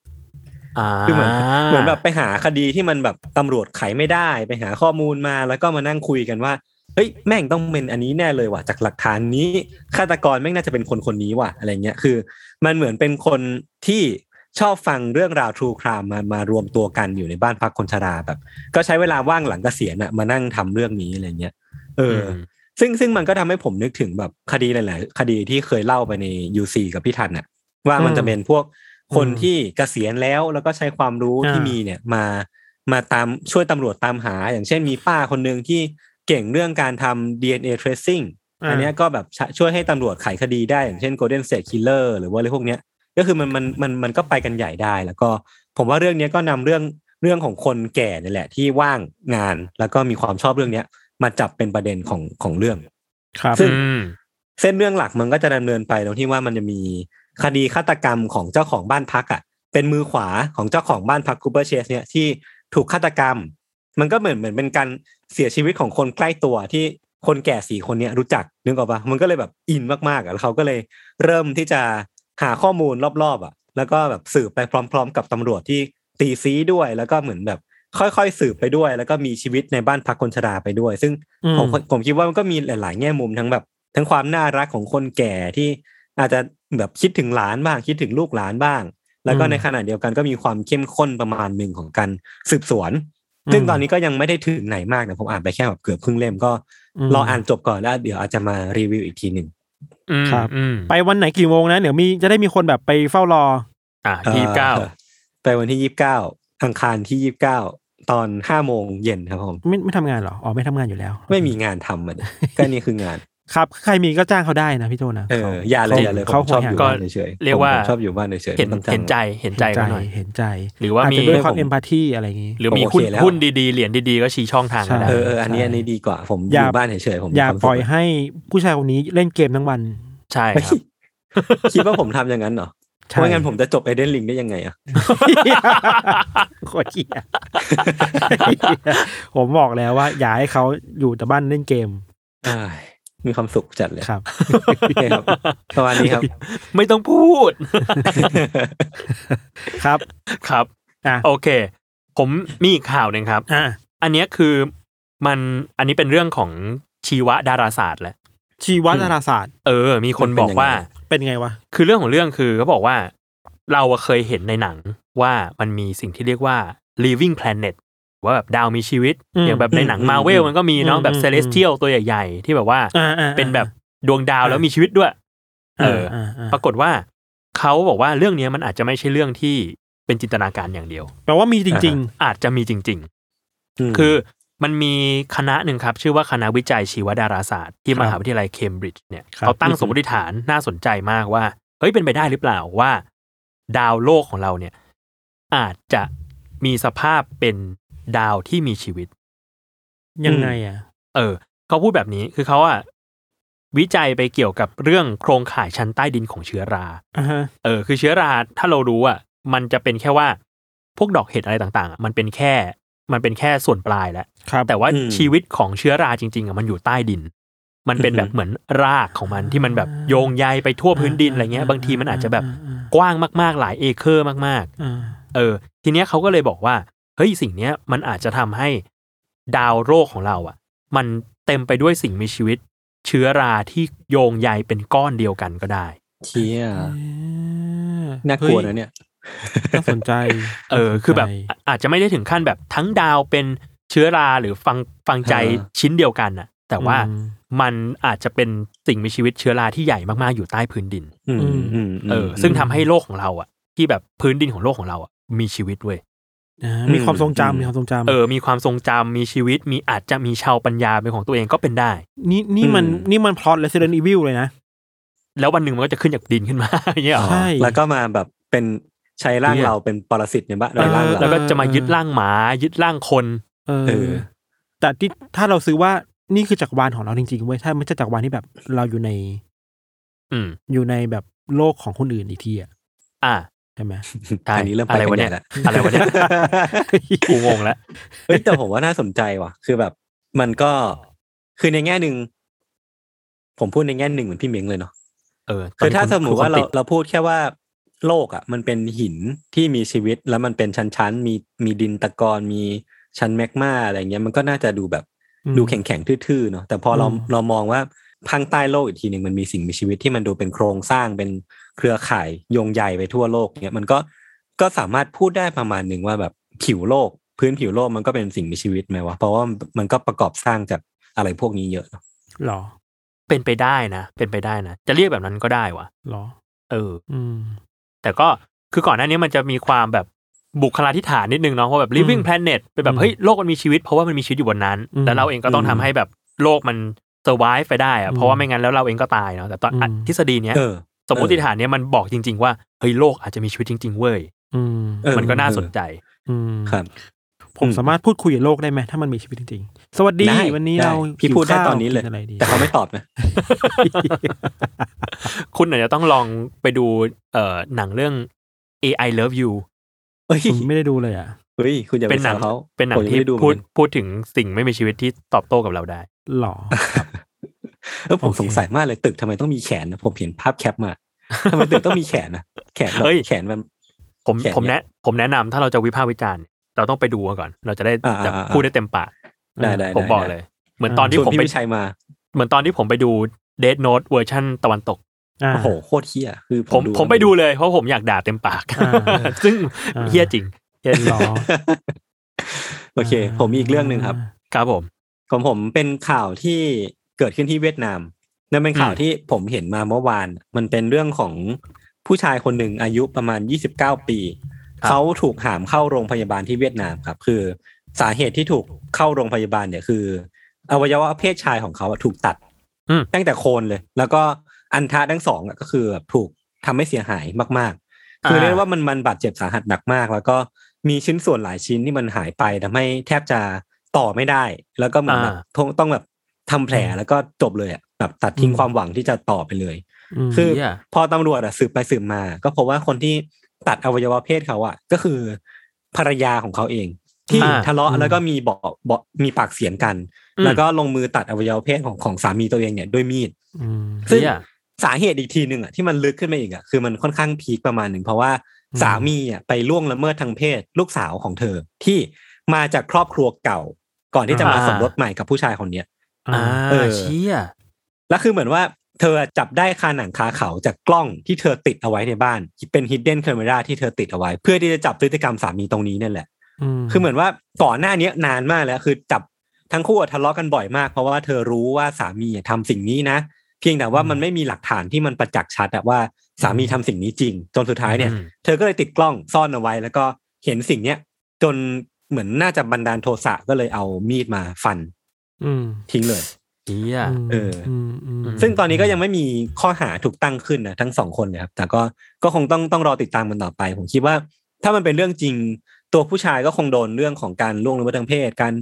Speaker 3: า
Speaker 1: คือเหมือนเหมือนแบบไปหาคดีที่มันแบบตำรวจไขไม่ได้ไปหาข้อมูลมาแล้วก็มานั่งคุยกันว่าเฮ้ยแม่งต้องเป็นอันนี้แน่เลยว่ะจากหลักฐานนี้ฆาตกรแม่งน่าจะเป็นคนคนนี้ว่ะอะไรเงี้ยคือ มันเหมือนเป็นคนที่ ชอบฟังเรื่องราวทรูครามมามารวมตัวกันอยู่ในบ้านพักคนชราแบบ ก็ใช้เวลาว่างหลังเกษียณอะมานั่งทำเรื่องนี้อะไรเงี้ยเอออ
Speaker 3: ม
Speaker 1: ซึ่งซึ่งมันก็ทำให้ผมนึกถึงแบบคดีหลาย ๆ คดีที่เคยเล่าไปในยูซีกับพี่ทันน่ะว่ามัน
Speaker 2: อืม
Speaker 1: จะเป็นพวกคน
Speaker 2: อืม
Speaker 1: ที่เกษียณแล้วแล้วก็ใช้ความรู้
Speaker 2: อ่า
Speaker 1: ที่มีเนี่ยมามาตามช่วยตำรวจตามหา อย่างเช่นมีป้าคนหนึ่งที่เก่งเรื่องการทำ DNA tracing อันเนี้ยก็แบบชช่วยให้ตำรวจไขคดีได้อย่างเช่น Golden State Killer หรือว่าอะไรพวกเนี้ย ก็คือมันมันมันมันก็ไปกันใหญ่ได้ แล้วก็ผมว่าเรื่องเนี้ยก็นำเรื่องเรื่องของคนแก่เนี่ยแหละที่ว่างงาน แล้วก็มีความชอบเรื่องเนี้ยมาจับเป็นประเด็นของของเรื่อง
Speaker 2: ครับ
Speaker 1: ซึ่ง
Speaker 3: อืม
Speaker 1: เส้นเรื่องหลักมันก็จะดำเนินไปตรงที่ว่ามันจะมีคดีฆาตกรรมของเจ้าของบ้านพักอ่ะเป็นมือขวาของเจ้าของบ้านพักคูเปอร์เชสเนี่ยที่ถูกฆาตกรรม มันก็เหมือนเหมือนเป็นการเสียชีวิตของคนใกล้ตัวที่คนแก่สี่คนเนี้ยรู้จักนึกออกปะมันก็เลยแบบอินมากๆอ่ะแล้วเขาก็เลยเริ่มที่จะหาข้อมูลรอบๆอ่ะ แล้วก็แบบสืบไปพร้อม ๆ กับตำรวจที่ตีซีด้วย แล้วก็เหมือนแบบค่อยๆสืบไปด้วย แล้วก็มีชีวิตในบ้านพักคนชราไปด้วย ซึ่ง
Speaker 2: อืม
Speaker 1: ผมผมคิดว่ามันก็มีหลาย ๆ แง่มุมทั้งแบบ ทั้งความน่ารักของคนแก่ที่อาจจะแบบคิดถึงหลานบ้างคิดถึงลูกหลานบ้าง แล้วก็
Speaker 2: อืม
Speaker 1: ในขณะเดียวกันก็มีความเข้มข้นประมาณหนึ่งของการสืบสวน ซึ่ง
Speaker 2: อืม
Speaker 1: ตอนนี้ก็ยังไม่ได้ถึงไหนมากนะผมอ่านไปแค่แบบเกือบครึ่งเล่มก็
Speaker 2: อืม
Speaker 1: รออ่านจบก่อนแล้ว เดี๋ยวอาจจะมารีวิวอีกทีหนึ่ง
Speaker 3: อืม
Speaker 2: ครับ
Speaker 3: อืม
Speaker 2: ไปวันไหนกี่โมงนะเดี๋ยวมีจะได้มีคนแบบไปเฝ้ารอ
Speaker 3: อ่ะยี่สิบเก้า
Speaker 1: ไปวันที่ยี่สิบเก้าอังคารที่ยี่สิบเก้าตอนห้าโมงเย็นครับผม
Speaker 2: ไม่ไม่ทำงานเหรออ๋อไม่ทำงานอยู่แล้ว
Speaker 1: ไม่มีงานทำมัน
Speaker 2: [LAUGHS]
Speaker 1: ก็นี่คืองาน
Speaker 2: ครับใครมีก็จ้างเขาได้นะพี่โจนะ
Speaker 1: เอ
Speaker 2: ข
Speaker 1: ออย่าเลยอย่าเลยผมชอบ
Speaker 2: ห
Speaker 1: อยู่
Speaker 3: ก็
Speaker 1: บ้านเฉยๆ
Speaker 3: เรียกว่า
Speaker 1: ผมชอบอยู่บ้านเฉยๆ
Speaker 3: เห็น
Speaker 1: ไม่ต้องจ้าง
Speaker 3: เห็นใจเห็นใจ
Speaker 2: เห็นใจ
Speaker 3: กันหน่อย
Speaker 2: เห็นใจ
Speaker 3: หรือว่า
Speaker 2: อาจ
Speaker 3: มี
Speaker 2: จะด้วยความ
Speaker 1: ผม
Speaker 2: เอมพัตตีอะไรอย่างงี้
Speaker 3: หรือมี
Speaker 1: ผมโอเค
Speaker 3: หุ้น
Speaker 1: แล้ว
Speaker 3: หุ้นดีๆ เหรียญดีๆ ก็ชี้ช่องทาง
Speaker 2: ใช่
Speaker 3: ก็ได้
Speaker 1: เออเอออันนี้
Speaker 2: ใช่
Speaker 1: อันนี้ดีกว่าผมอ
Speaker 2: อย่
Speaker 1: ยู่บ้านเฉยๆผม
Speaker 2: อย่า
Speaker 1: มีควมสุข
Speaker 2: ปล่อยให้ผู้ชายคนนี้เล่นเกมทั้งวัน
Speaker 3: ใช่
Speaker 1: เฮ้ย
Speaker 3: ครับ
Speaker 1: [LAUGHS] คิดว่าผมทำอย่างนั้นเหรอ
Speaker 2: ใช่
Speaker 1: เพราะงั้นผมจะจบเอเดนลิงได้ยังไงอ่ะ
Speaker 2: โคตรเหี้ยผมบอกแล้วว่า อย่าให้เขาอยู่แต่บ้านเล่นเกม
Speaker 1: อ้ายมีความสุขจัดเลย
Speaker 2: ครับ
Speaker 1: โอเคครับประมาณนี้ครับ
Speaker 3: ไม่ต้องพูด [LAUGHS]
Speaker 2: ครับ
Speaker 3: ครับ
Speaker 2: อ่ะ
Speaker 3: โอเค ผมมีอีกข่าวหนึ่งครับ
Speaker 2: อ่ะ
Speaker 3: อันเนี้ยคือมันอันนี้เป็นเรื่องของชีวดาราศาสตร์แหละ
Speaker 2: ชีวดาราศาสตร์
Speaker 3: เออ มีคนบอกว่า
Speaker 1: มันเป็นยังไง
Speaker 2: เป็นไงวะ
Speaker 3: คือเรื่องของเรื่องคือเขาบอกว่า เราอะเคยเห็นในหนังว่ามันมีสิ่งที่เรียกว่า living planet ว่าแบบดาวมีชีวิต อย่างแบบในหนังมาเวลมันก็มีเนาะแบบ celestial ตัวใหญ่ ๆ ที่แบบว่า
Speaker 2: อ่าอ่า
Speaker 3: เป็นแบบดวงดาว
Speaker 2: อ่ะ
Speaker 3: แล้วมีชีวิตด้วย เออ
Speaker 2: อ่าา
Speaker 3: ปรากฏว่าเขาบอกว่าเรื่องเนี้ยมันอาจจะไม่ใช่เรื่องที่เป็นจินตนาการอย่างเดียว
Speaker 2: แปลว่ามีจริง
Speaker 3: อาจจะมีจริง
Speaker 1: ม
Speaker 3: ๆ [LAUGHS] คือมันมีคณะหนึ่งครับ ชื่อว่าคณะวิจัยชีวดาราศาสตร์
Speaker 2: ค
Speaker 3: ที่
Speaker 2: รับ
Speaker 3: มหาวิทยาลัยเคมบริดจ์เนี่ย
Speaker 2: ครับ
Speaker 3: เขาตั้งสมมติฐานน่าสนใจมากว่า เฮ้ยเป็นไปได้หรือเปล่าว่า ดาวโลกของเราเนี่ย อาจจะมีสภาพเป็นดาวที่มีชีวิต
Speaker 2: ๆ ยังไงอ่ะ
Speaker 3: เออเขาพูดแบบนี้คือเขาอะวิจัยไปเกี่ยวกับเรื่องโครงข่ายชั้นใต้ดินของเชื้อรา
Speaker 2: อ่าฮะ
Speaker 3: เออคือเชื้อราถ้าเรารู้อ่ะมันจะเป็นแค่ว่าพวกดอกเห็ดอะไรต่างๆอะมันเป็นแค่ มันเป็นแค่ส่วนปลายแหละ
Speaker 2: ครับ
Speaker 3: แต่ว่าชีวิตของเชื้อราจริงๆอ่ะมันอยู่ใต้ดิน มันเป็นแบบเหมือนรากของมันที่มันแบบโยงใยไปทั่วพื้นดินอะไรเงี้ย บางทีมันอาจจะแบบกว้างมากๆหลายเอเคอร์มากๆ
Speaker 2: อ่า
Speaker 3: เออทีเนี้ยเขาก็เลยบอกว่าเฮ้ยสิ่งเนี้ยมันอาจจะทำให้ดาวโรคของเราอ่ะ มันเต็มไปด้วยสิ่งมีชีวิต เชื้อราที่โยงใยเป็นก้อนเดียวกันก็ได้
Speaker 1: เชี่ยน่ากลัวนะเนี่ย
Speaker 2: น่าสนใจ
Speaker 3: เออ คือแบบอ่ะอาจจะไม่ได้ถึงขั้นแบบทั้งดาวเป็นเชื้อราหรือฟังฟังใจ
Speaker 1: เออ
Speaker 3: ชิ้นเดียวกันน่ะ แต่ว่ามันอาจจะเป็นสิ่งมีชีวิตเชื้อราที่ใหญ่มากๆอยู่ใต้พื้นดิน
Speaker 1: อืมอืมม
Speaker 3: เออ ซึ่งทำให้โลกของเราอ่ะ ที่แบบพื้นดินของโลกของเราอ่ะมีชีวิตเว้ย
Speaker 2: อ่ามีความทรงจำมีความทรงจำ
Speaker 3: เออ มีความทรงจำ มีชีวิต มีอาจจะมีชาวปัญญาเป็นของตัวเองก็เป็นได้
Speaker 2: นี่นี่มัน
Speaker 1: อืม
Speaker 2: นี่มันพล็อต Resident Evil เลยนะ
Speaker 3: แล้ววันหนึ่งมันก็จะขึ้นจากดินขึ้นมา [LAUGHS] อย่างเงี้ยเหรอ
Speaker 2: ใช่
Speaker 1: แล้วก็มาแบบเป็นใช้ร่างเราเป็นปรสิตในบ้านในร่าง
Speaker 2: ออ
Speaker 1: เรา
Speaker 3: แล้วก็จะมายึดร่างหมา ยึดร่างคน
Speaker 2: เอ
Speaker 1: เอ
Speaker 2: อ
Speaker 1: อ
Speaker 2: แต่ที่ถ้าเราซื้อว่านี่คือจักรวาลของเราจริงๆเว้ยถ้าไม่ใช่จักรวาลที่แบบเราอยู่ใน
Speaker 3: อืม
Speaker 2: อยู่ในแบบโลกของคนอื่นอีกทีอ่ะ
Speaker 3: อ่ะ
Speaker 2: ใช่ไหม
Speaker 3: ใช่
Speaker 1: อันนี้เริ่มไป
Speaker 3: อะไร
Speaker 1: กั
Speaker 3: วะ
Speaker 1: นใหญ่
Speaker 3: เนี่ย
Speaker 1: ละ
Speaker 3: อะไรวะเนี่ย
Speaker 1: [LAUGHS]
Speaker 3: กูงงแล้ว
Speaker 1: เฮ้ยแต่ผมว่าน่าสนใจว่ะ คือแบบมันก็คือในแง่หนึ่งผมพูดในแง่หนึ่งเหมือนพี่เม้งเลยเนาะ
Speaker 3: เออ
Speaker 1: คือถ้าสมมติว่าเรา
Speaker 3: คือคนติด
Speaker 1: เราพูดแค่ว่าโลกอ่ะ มันเป็นหินที่มีชีวิตแล้วมันเป็นชั้นชั้นๆมีมีดินตะกอนมีชั้นแมกมาอะไรเงี้ยมันก็น่าจะดูแบบ
Speaker 2: อืม
Speaker 1: ดูแข็งแข็งๆทื่อๆเนาะแต่พอเรา
Speaker 2: อืม
Speaker 1: เรามองว่าทางใต้โลกอีกทีหนึ่งมันมีสิ่งมีชีวิตที่มันดูเป็นโครงสร้างเป็นเครือข่ายโยงใยไปทั่วโลกเนี่ยมันก็ ก็สามารถพูดได้ประมาณหนึ่งว่าแบบผิวโลก พื้นผิวโลกมันก็เป็นสิ่งมีชีวิตไหมวะเพราะว่ามันก็ประกอบสร้างจากอะไรพวกนี้เยอะเนอะ
Speaker 2: หรอ
Speaker 3: เป็นไปได้นะ เป็นไปได้นะ จะเรียกแบบนั้นก็ได้วะ
Speaker 2: หรอ
Speaker 3: เออ
Speaker 2: อืม
Speaker 3: แต่ก็คือก่อนหน้านี้มันจะมีความแบบบุคลาธิฐานนิดนึงเนาะว่าแบบ living
Speaker 2: อืม
Speaker 3: planet เป็นแบบเฮ้ยโลกมันมีชีวิต เพราะว่ามันมีชีวิตอยู่บนนั้น
Speaker 2: อืม
Speaker 3: แต่เราเองก็ต้องทำให้แบบโลกมัน survive ไปได้อะเพราะว่า
Speaker 2: อืม
Speaker 3: ไม่งั้นแล้วเราเองก็ตายเนาะแต่ตอนอ่ะ
Speaker 2: อืม
Speaker 3: ทฤษฎีเนี้ย
Speaker 1: เออ
Speaker 3: สมมติฐานเนี้ยมันบอกจริง ๆ ว่าเฮ้ยโลกอาจจะมีชีวิตจริง ๆ เว้ย
Speaker 2: อืม
Speaker 1: เออ
Speaker 3: มันก็น่าสนใจ
Speaker 2: อืม
Speaker 1: ครับ
Speaker 2: ผมสามารถพูดคุยกับโลกได้ไหมถ้ามันมีชีวิตจริงๆ สวัสดี
Speaker 1: ได้
Speaker 2: วันนี้
Speaker 1: ได้
Speaker 2: เรา
Speaker 1: พี่พูดได้
Speaker 2: หิวข้าว
Speaker 1: ตอนนี้เลย
Speaker 2: กิอะไรดี
Speaker 1: แต่เขาไม่ตอบนะ
Speaker 3: คุณอาจจะต้องลองไปดูเอ่อหนังเรื่อง AI Love You
Speaker 1: เฮ้ย
Speaker 2: [LAUGHS] ผมไม่ได้ดูเลยอ่ะ
Speaker 1: เฮ้ยคุณอย่า
Speaker 3: เป็
Speaker 1: ไป
Speaker 3: นหนั
Speaker 1: สาง เขา
Speaker 3: เป็นหนัง
Speaker 1: ผมยัง
Speaker 3: ที่
Speaker 1: ไม่ไดูเหมื
Speaker 3: พู
Speaker 1: อ
Speaker 3: ด
Speaker 1: นกัน
Speaker 3: พูดถึงสิ่งไม่มีชีวิตที่ตอบโต้กับเราได้
Speaker 2: หรอ
Speaker 1: เออผม
Speaker 2: โอเค
Speaker 1: สงสัยมากเลยตึกทำไมต้องมีแขนนะผมเห็นภาพแคปมาทำไมตึกต้องมีแขนนะแขนแบบ
Speaker 3: เฮ้ย
Speaker 1: แขนมัน
Speaker 3: ผม
Speaker 1: แขน
Speaker 3: ผม
Speaker 1: เนี่ย
Speaker 3: แนะผมแนะนำถ้าเราจะวิพากษ์วิจารณ์ เราต้องไปดูกันก่อน เราจะได้
Speaker 1: อ่า
Speaker 3: จะ
Speaker 1: อ่าอ่า
Speaker 3: พูดได้เต็มปาก
Speaker 1: ได้ได้
Speaker 3: ผมบอกเลย เหมือนตอนที่
Speaker 1: ที่ผ
Speaker 3: ผม มไป
Speaker 1: พี่ชัยมา
Speaker 3: เหมือนตอนที่ผมไปดูเดทโน t ตเวอร์ชันตะวันตก
Speaker 2: อ่า
Speaker 1: โอ้โหโคตรเฮี้ยคือ
Speaker 3: ผม
Speaker 1: ดู
Speaker 3: ผมไปดูเลยเพราะผมอยากด่าเต็มปาก
Speaker 2: อ่า
Speaker 3: [LAUGHS] ซึ่งเฮี้ยจริงเฮี้ยจริง
Speaker 2: หรอ
Speaker 1: โอเค ผมมีอีกเรื่องหนึ่งครับ
Speaker 3: [LAUGHS] ครับผม
Speaker 1: ของผมเป็นข่าวที่เกิดขึ้นที่เวียดนามนั่นเป็นข่าว
Speaker 3: อืม
Speaker 1: ที่ผมเห็นมาเมื่อวาน มันเป็นเรื่องของผู้ชายคนหนึ่งอายุประมาณ 29 ปี เขาถูกหามเข้าโรงพยาบาลที่เวียดนามครับ คือสาเหตุที่ถูกเข้าโรงพยาบาลเนี่ยคือ อวัยวะเพศชายของเขาอะถูกตัด
Speaker 3: อืม
Speaker 1: ตั้งแต่โคนเลย แล้วก็อันทะทั้งสองอะก็คือแบบถูกทำให้เสียหายมาก ๆ คือเรียกว่ามันมันบาดเจ็บสาหัสหนักมาก แล้วก็มีชิ้นส่วนหลายชิ้นที่มันหายไปทำให้แทบจะต่อไม่ได้ แล้วก็เหมือน
Speaker 3: อ่า
Speaker 1: แบบต้องต้องแบบทำแผลแล้วก็จบเลยอะแบบตัดทิ้งความหวังที่จะต่อไปเลย คือ
Speaker 3: เหี้ย
Speaker 1: พอตำรวจอะสืบไปสืบมา ก็พบว่าคนที่ตัดอวัยวะเพศเขาอะก็คือภรรยาของเขาเอง ที่
Speaker 3: อ่า
Speaker 1: ทะเลาะ
Speaker 2: อืม
Speaker 1: แล้วก็มีเบาะเบาะมีปากเสียงกัน
Speaker 3: อืม
Speaker 1: แล้วก็ลงมือตัดอวัยวะเพศของของสามีตัวเองเนี่ยด้วยมีด
Speaker 2: อืม
Speaker 1: ซึ่ง
Speaker 3: เหี้ย
Speaker 1: สาเหตุอีกทีหนึ่งอ่ะที่มันลึกขึ้นมาอีกอ่ะคือมันค่อนข้างพีคประมาณหนึ่งเพราะว่า
Speaker 2: อืม
Speaker 1: สามีอ่ะไปล่วงละเมิดทางเพศลูกสาวของเธอที่มาจากครอบครัวเก่า ก่อนที่จะมา
Speaker 3: อ่า
Speaker 1: สมรสใหม่กับผู้ชายคนเนี้ย
Speaker 3: อ่า
Speaker 1: เออ
Speaker 3: เชี่ย
Speaker 1: แล้วคือเหมือนว่าเธอจับได้คาหนังคาเขาจากกล้องที่เธอติดเอาไว้ในบ้าน เป็น hidden camera ที่เธอติดเอาไว้ เพื่อที่จะจับพฤติกรรมสามีตรงนี้นั่นแหละ คือเหมือนว่าก่อนหน้าเนี้ยนานมากแล้วคือจับทั้งคู่อะทะเลาะกันบ่อยมาก เพราะว่าเธอรู้ว่าสามีอะทำสิ่งนี้นะ เพียงแต่ว่ามันไม่มีหลักฐานที่มันประจักษ์ชัดอะว่าสามีทำสิ่งนี้จริง จนสุดท้ายเนี่ย
Speaker 3: อืม
Speaker 1: เธอก็เลยติดกล้องซ่อนเอาไว้ แล้วก็เห็นสิ่งเนี้ยจนเหมือนน่าจะบันดาลโทสะก็เลยเอามีดมาฟัน
Speaker 2: อืม
Speaker 1: ทิ้งเลย
Speaker 3: เหี้ย
Speaker 1: เออ
Speaker 2: มมม
Speaker 1: ซึ่งตอนนี้ก็ยังไม่มีข้อหาถูกตั้งขึ้นนะทั้งสองคนเนะครับแต่ก็ก็คงต้องต้องรอติดตามกันต่อไป ผมคิดว่า ถ้ามันเป็นเรื่องจริง ตัวผู้ชายก็คงโดนเรื่องของการล่วงละเมิดทางเพศ การ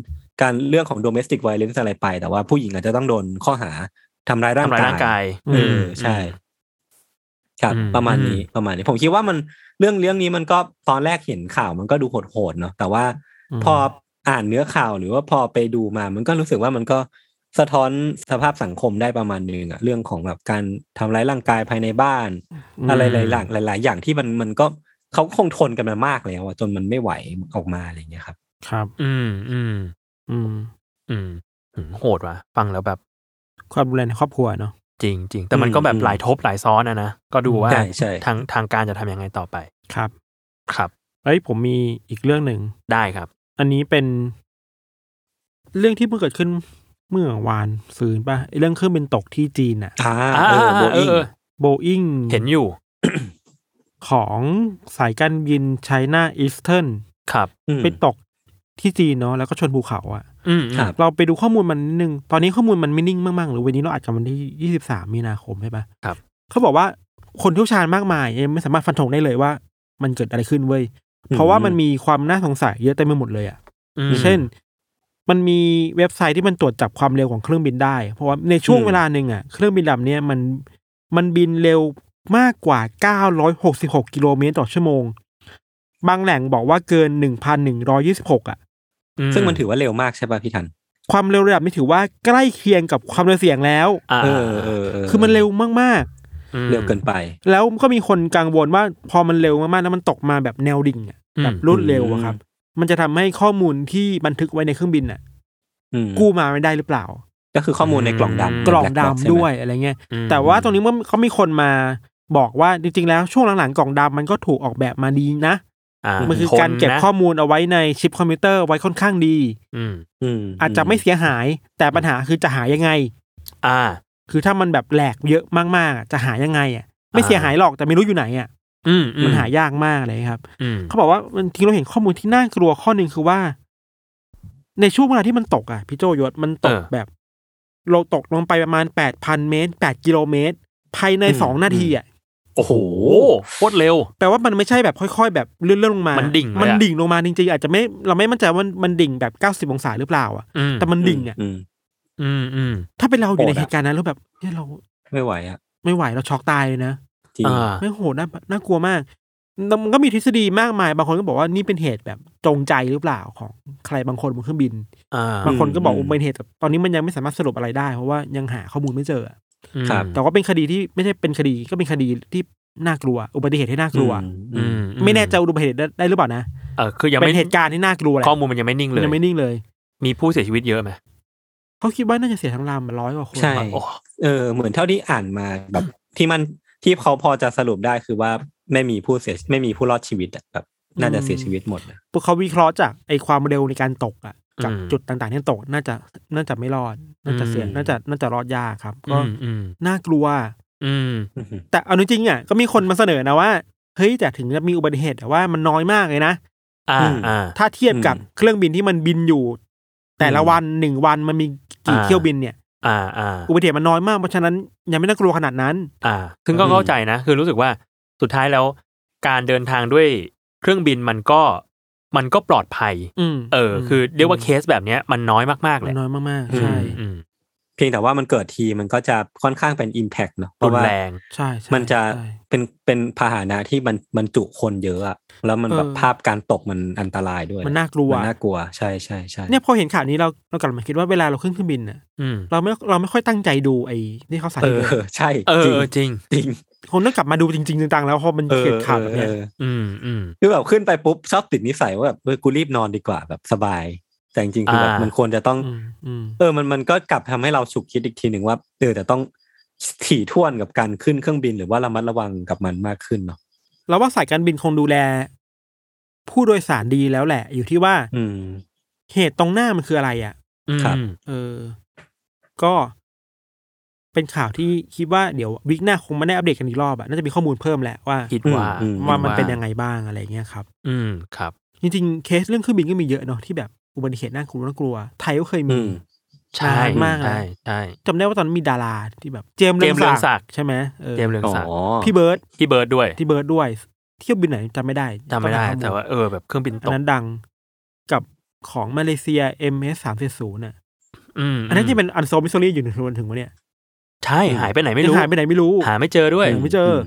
Speaker 1: การเรื่องของ domestic violence อะไรไป แต่ว่าผู้หญิงอาจจะต้องโดนข้อหาทำร้ายร่าง
Speaker 3: ทำร้าย
Speaker 1: กาย
Speaker 3: ร่างกาย
Speaker 1: เอออ
Speaker 3: ม
Speaker 1: ใช่ ครับ
Speaker 3: อืม
Speaker 1: ประมาณนี้ประมาณนี้ ผมคิดว่ามันเรื่องเรื่องนี้มันก็ตอนแรกเห็นข่าวมันก็ดูโหดๆเนาะแต่ว่า
Speaker 2: ม
Speaker 1: พออ่านเนื้อข่าวหรือว่าพอไปดูมา มันก็รู้สึกว่ามันก็สะท้อนสภาพสังคมได้ประมาณนึงอะเรื่องของแบบการทำร้ายร่างกายภายในบ้าน
Speaker 2: ม
Speaker 1: อะไรหลายหลายหลาย ๆ อย่างที่มันมันก็เขาก็คงทนกันมามากแล้วอะจนมันไม่ไหวออกมาอะไรอย่างเงี้ยครับ
Speaker 2: ครับ
Speaker 3: อืมอืม
Speaker 2: อืม
Speaker 3: อืมอืมโหดว่ะฟังแล้วแบบ
Speaker 2: ความรุนแรงในครอบครัวเนาะ
Speaker 3: จริงจริงแต่มันก็แบบ
Speaker 1: อืม
Speaker 3: หลายทบหลายซ้อนอะนะ ก็ดูว่า
Speaker 1: ใช่ใช่
Speaker 3: ทางทางการจะทำยังไงต่อไป
Speaker 2: ครับ
Speaker 3: ครับ
Speaker 2: เอ้ยผมมีอีกเรื่องหนึ่ง
Speaker 3: ได้ครับ
Speaker 2: อันนี้เป็นเรื่องที่เพิ่งเกิดขึ้นเมื่อวานซืนป่ะไอ้เรื่องเครื่องบินตกที่จีนอะ
Speaker 1: อ่า
Speaker 3: อ่า
Speaker 1: เออโบ
Speaker 3: เอ
Speaker 1: อิ
Speaker 3: อง เออ
Speaker 2: โบอิง
Speaker 3: เห็นอยู่
Speaker 2: ของสายการบินไชน่าอีสเทิร์น
Speaker 3: ครับ
Speaker 2: ไปตกที่จีนเนาะแล้วก็ชนภูเขาอะ
Speaker 3: อืมอืม
Speaker 1: ครับ
Speaker 2: เราไปดูข้อมูลมันนิดนึง ตอนนี้ข้อมูลมันไม่นิ่งมากๆหรือวันนี้เราอาจกันวันที่ 23 มีนาคมใช่ปะ
Speaker 3: ครับ
Speaker 2: เขาบอกว่าคนเชี่ยวชาญมากมายยังไม่สามารถฟันธงได้เลยว่า มันเกิดอะไรขึ้นเว้ย เพราะว่ามันมีความน่าสงสัยเยอะเต็มไปหมดเลยอ่ะ
Speaker 3: อืม
Speaker 2: เช่น มันมีเว็บไซต์ที่มันตรวจจับความเร็วของเครื่องบินได้ เพราะว่าในช่วง
Speaker 1: อืม
Speaker 2: เวลาหนึ่งอ่ะ เครื่องบินลำเนี้ยมันมันบินเร็วมากกว่า 966 กิโลเมตรต่อชั่วโมง บางแหล่งบอกว่าเกิน 1,126อ่ะ
Speaker 3: อื
Speaker 1: ซึ่งมันถือว่าเร็วมากใช่ป่ะพี่ทัน
Speaker 2: ความเร็วระดับนี้ถือว่าใกล้เคียงกับความเร็วเสียงแล้ว
Speaker 3: า
Speaker 1: เออเออเ
Speaker 2: คือมันเร็วมาก
Speaker 3: ม
Speaker 1: เร็วเกินไป
Speaker 2: ๆ แล้วก็มีคนกังวลว่าพอมันเร็วมากๆ แล้วมันตกมาแบบแนวดิ่งอะ
Speaker 3: อืม
Speaker 2: แบบรวดเร็วอะครับ มันจะทำให้ข้อมูลที่บันทึกไว้ในเครื่องบินอ่ะ
Speaker 1: อืม
Speaker 2: กู้มาไม่ได้หรือเปล่า
Speaker 1: ก็คือข้อมูลในกล่อง
Speaker 3: อืม
Speaker 1: ดำ
Speaker 2: กล่อง
Speaker 1: black
Speaker 2: ดำ
Speaker 1: box ใช่ไหม
Speaker 2: ด้วยอะไรเงี้ย
Speaker 3: อืม
Speaker 2: แต่ว่าตรงนี้เมื่อเขามีคนมาบอกว่าจริงๆ แล้วช่วงหลังๆ กล่องดำมันก็ถูกออกแบบมาดีนะ
Speaker 3: อ่า
Speaker 2: มันคือการ
Speaker 3: ท
Speaker 2: เก็บ
Speaker 3: นะ
Speaker 2: ข้อมูลเอาไว้ในชิปคอมพิวเตอร์ไว้ค่อนข้างดี
Speaker 3: อืม
Speaker 1: อืม
Speaker 2: อาจจะไม่เสียหาย แต่ปัญหาคือจะหายังไง
Speaker 3: อ่า
Speaker 2: คือถ้ามันแบบแหลกเยอะมากๆ จะหายังไงอ่ะไม่เสียหายหรอกแต่ไม่รู้อยู่ไหนอ่ะ
Speaker 3: อืมอื
Speaker 2: มันหายากมากเลยครับ
Speaker 3: อืม
Speaker 2: เขาบอกว่าจริงๆเราเห็นข้อมูลที่น่ากลัวข้อหนึ่งคือว่า ในช่วงเวลาที่มันตกอ่ะพี่โจยศมันตกแบบ เราตกลงไปประมาณแปดพันเมตรแปดกิโลเมตร ภายในสองนาทีอ่ะ
Speaker 3: โอ้โหโคตรเร็ว
Speaker 2: แปลว่ามันไม่ใช่แบบค่อย ๆ แบบเลื่อนๆลงมา
Speaker 3: มันดิ่งเลยอะ
Speaker 2: มันดิ่งลงมาจริงๆอาจจะไม่เราไม่มั่นใจว่ามันมันดิ่งแบบเก้าสิบองศาหรือเปล่าอ่ะ
Speaker 3: อืม
Speaker 2: แต่มันดิ่งอ่ะ
Speaker 1: ม
Speaker 3: อืมอืม
Speaker 2: ถ้าเป็นเราอยู่ใน
Speaker 1: โหดอะ
Speaker 2: เหตุการณ์นั้นแล้วแบบเนี่ยเรา
Speaker 1: ไม่ไหวอ่ะ
Speaker 2: ไม่ไหวเราช็อกตายเลยนะ
Speaker 1: จริง
Speaker 3: อ่า
Speaker 2: ไม่งโหดน่าน่ากลัวมากแล้วมันก็มีทฤษฎีมากมาย บางคนก็บอกว่านี่เป็นเหตุแบบจงใจหรือเปล่าของใครบางคนบนเครื่องบิน
Speaker 3: อ่า
Speaker 2: บางคนก็บอกว่าเป็นเหตุแต่ตอนนี้มันยังไม่สามารถสรุปอะไรได้เพราะว่ายังหาข้อมูลไม่เจออะ
Speaker 3: อืม
Speaker 1: ครับ
Speaker 2: แต่ว่าเป็นคดีที่ไม่ใช่เป็นคดีก็เป็นคดีที่น่ากลัว อุบัติเหตุที่น่ากลัว
Speaker 1: อื
Speaker 3: อื
Speaker 1: ม
Speaker 3: ม
Speaker 2: ไม่แน่ใจอุบัติเหตุได้ได้หรือเปล่านะ
Speaker 3: เออคือยัง
Speaker 2: เป็
Speaker 3: ไม่
Speaker 2: นเหตุการณ์ที่น่ากลัวแหละ
Speaker 3: ข้อมูลมันยังไม่นิ่งเล
Speaker 2: มัน
Speaker 3: ย
Speaker 2: ยังไม่นิ่งเลย
Speaker 3: มีผู้เสียชีวิตเยอะไหม
Speaker 2: เขาคิดว่าน่าจะเสียทั้งลำร้อยกว่าคน
Speaker 1: ใช่
Speaker 3: โอ้โห
Speaker 1: เออเหมือนเท่าที่อ่านมาแบบที่มันที่เขาพอจะสรุปได้คือว่าไม่มีผู้เสียไม่มีผู้รอดชีวิตอะแบบน่าจะเสียชีวิตหมดนะ
Speaker 2: พวกเขาวิเคราะห์จากไอความเร็วในการตกอ่ะกับจุดต่างๆที่ตกน่าจะน่าจะไม่รอดน่าจะเสียน่าจะน่าจะรอดยากครับก็
Speaker 3: อืมอืม
Speaker 2: น่ากลัว
Speaker 3: อืม
Speaker 1: อืม
Speaker 2: แต่เอาจริงๆอ่ะก็มีคนมาเสนอนะว่าเฮ้ยแต่ถึงจะมีอุบัติเหตุแต่ว่ามันน้อยมากเลยนะ
Speaker 3: อ่าอ่า
Speaker 2: ถ้าเทียบกับเครื่องบินที่มันบินอยู่ แต่ละวันหนึ่งวันมันมีกี่
Speaker 3: อ่า
Speaker 2: เที่ยวบินเนี่ย
Speaker 3: อ่าอ่า
Speaker 2: อุบัติเหตุมันน้อยมากเพราะฉะนั้นยังไม่น่ากลัวขนาดนั้น
Speaker 3: อ่า ซึ่งก็เข้าใจนะ คือรู้สึกว่าสุดท้ายแล้ว การเดินทางด้วยเครื่องบินมันก็มันก็ปลอดภัย
Speaker 2: อืม
Speaker 3: เอออ คือเรียกว่าเคสแบบเนี้ยมันน้อยมากๆ
Speaker 2: ม
Speaker 3: เล
Speaker 2: มั
Speaker 3: ย
Speaker 2: นน้อยมากๆ ใช่
Speaker 3: อืม
Speaker 1: เพียงแต่ว่ามันเกิดทีมันก็จะค่อนข้างเป็น Impact เนอะเพ
Speaker 3: รุ
Speaker 1: ราะ
Speaker 3: น
Speaker 1: ว่า
Speaker 3: แรง
Speaker 2: ใช่ใช่
Speaker 1: มันจะ
Speaker 2: ใช่
Speaker 1: เป็นเป็นพาหนะที่มันมันจุคนเยอะอะแล้วมันแบบ
Speaker 2: เออ
Speaker 1: ภาพการตกมันอันตรายด้วย
Speaker 2: มันน่ากลัว
Speaker 1: มันน่ากลัวใช่ใช่ใช่
Speaker 2: เนี่ยพอเห็นข่าวนี้เราเรากลับมาคิดว่าเวลาเราขึ้นเครื่องบินน่ะ
Speaker 3: อืม
Speaker 2: เราไม่เราไม่ค่อยตั้งใจดูไอ้ที่เขาใส่
Speaker 1: เอ
Speaker 2: เล
Speaker 1: อยใช่
Speaker 3: เออ
Speaker 1: จริง
Speaker 3: เออจริง
Speaker 1: จริง
Speaker 2: คงต้องกลับมาดูจริงๆจังๆแล้วเพราะมัน
Speaker 1: เออ
Speaker 2: เขียนข่าวแบบ
Speaker 1: เอ
Speaker 2: เนี้ย
Speaker 1: อ
Speaker 3: อืมอืม
Speaker 1: คือแบบขึ้นไปปุ๊บชอบติดนิสัยว่าแบบเออกูรีบนอนดีกว่าแบบสบาย แต่จริงๆคือแบบ
Speaker 3: อ่ามั
Speaker 1: มันควรจะต้อง
Speaker 2: มอืม
Speaker 1: เออมันมันก็กลับทำให้เราฉุกคิดอีกทีหนึ่งว่าเออแต่ต้องถี่ถ้วนกับการขึ้นเครื่องบินหรือว่าระมัดระวังกับมันมากขึ้นเนาะ
Speaker 2: เราว่าสายการบินคงดูแล ผู้โดยสารดีแล้วแหละ อยู่ที่ว่า
Speaker 1: อืม
Speaker 2: เหตุตรงหน้ามันคืออะไรอ่ะ
Speaker 3: อืม
Speaker 1: ครับ
Speaker 2: เออ ก็เป็นข่าวที่คิดว่าเดี๋ยววิกหน้าคงไม่ได้อัปเดตกันอีกรอบอะน่าจะมีข้อมูลเพิ่มแหละว่า
Speaker 3: คิดว่า
Speaker 1: อืม
Speaker 2: ว่ามันเป็นยังไงบ้างอะไรเงี้ยครับ
Speaker 3: อืมครับ
Speaker 2: จริงๆ เคสเรื่องเครื่องบินก็มีเยอะเนาะที่แบบอุบัติเหตุน่ากลัวน่ากลัว ไทยก็เคย
Speaker 1: อื
Speaker 2: มี
Speaker 1: ม
Speaker 3: ใช่
Speaker 2: นานมากนะ
Speaker 3: ใช่ใช่
Speaker 2: จำได้ว่าตอนนั้นมีดาราที่แบบ เจมส์
Speaker 3: เจมส์เรื
Speaker 2: เรือ อง ง
Speaker 3: ศั
Speaker 2: ศั
Speaker 3: ก
Speaker 2: ก
Speaker 3: ดิ์
Speaker 2: ดิ์ใช่ไหมเออ
Speaker 3: เจมส์เรือง
Speaker 1: อ๋
Speaker 3: ศักดิ์
Speaker 1: อ
Speaker 2: พี่เบิร์ด
Speaker 3: พี่เบิร์ดด้วย
Speaker 2: ที่เบิร์ดด้วย เที่ยวบินไหนจำไม่ได้
Speaker 3: จำไม่ได้
Speaker 2: องปหข้อล
Speaker 3: แต่ว่าเออแบบเครื่องบิน
Speaker 2: อั
Speaker 3: ต
Speaker 2: น
Speaker 3: ก
Speaker 2: นั้นดังกับของมาเลเซีย MS 3 7 0น่ะ
Speaker 3: อืม
Speaker 2: อันนั้นที่เป็นอันโซมิโซลีอยู่ในถึงถึงวันเนี้ย
Speaker 3: ใช่หายไปไหนไม่รู้
Speaker 2: ยังหายไปไหนไม่รู้
Speaker 3: หาไม่เจอด้วย
Speaker 2: ยังไม่เจออ
Speaker 1: ม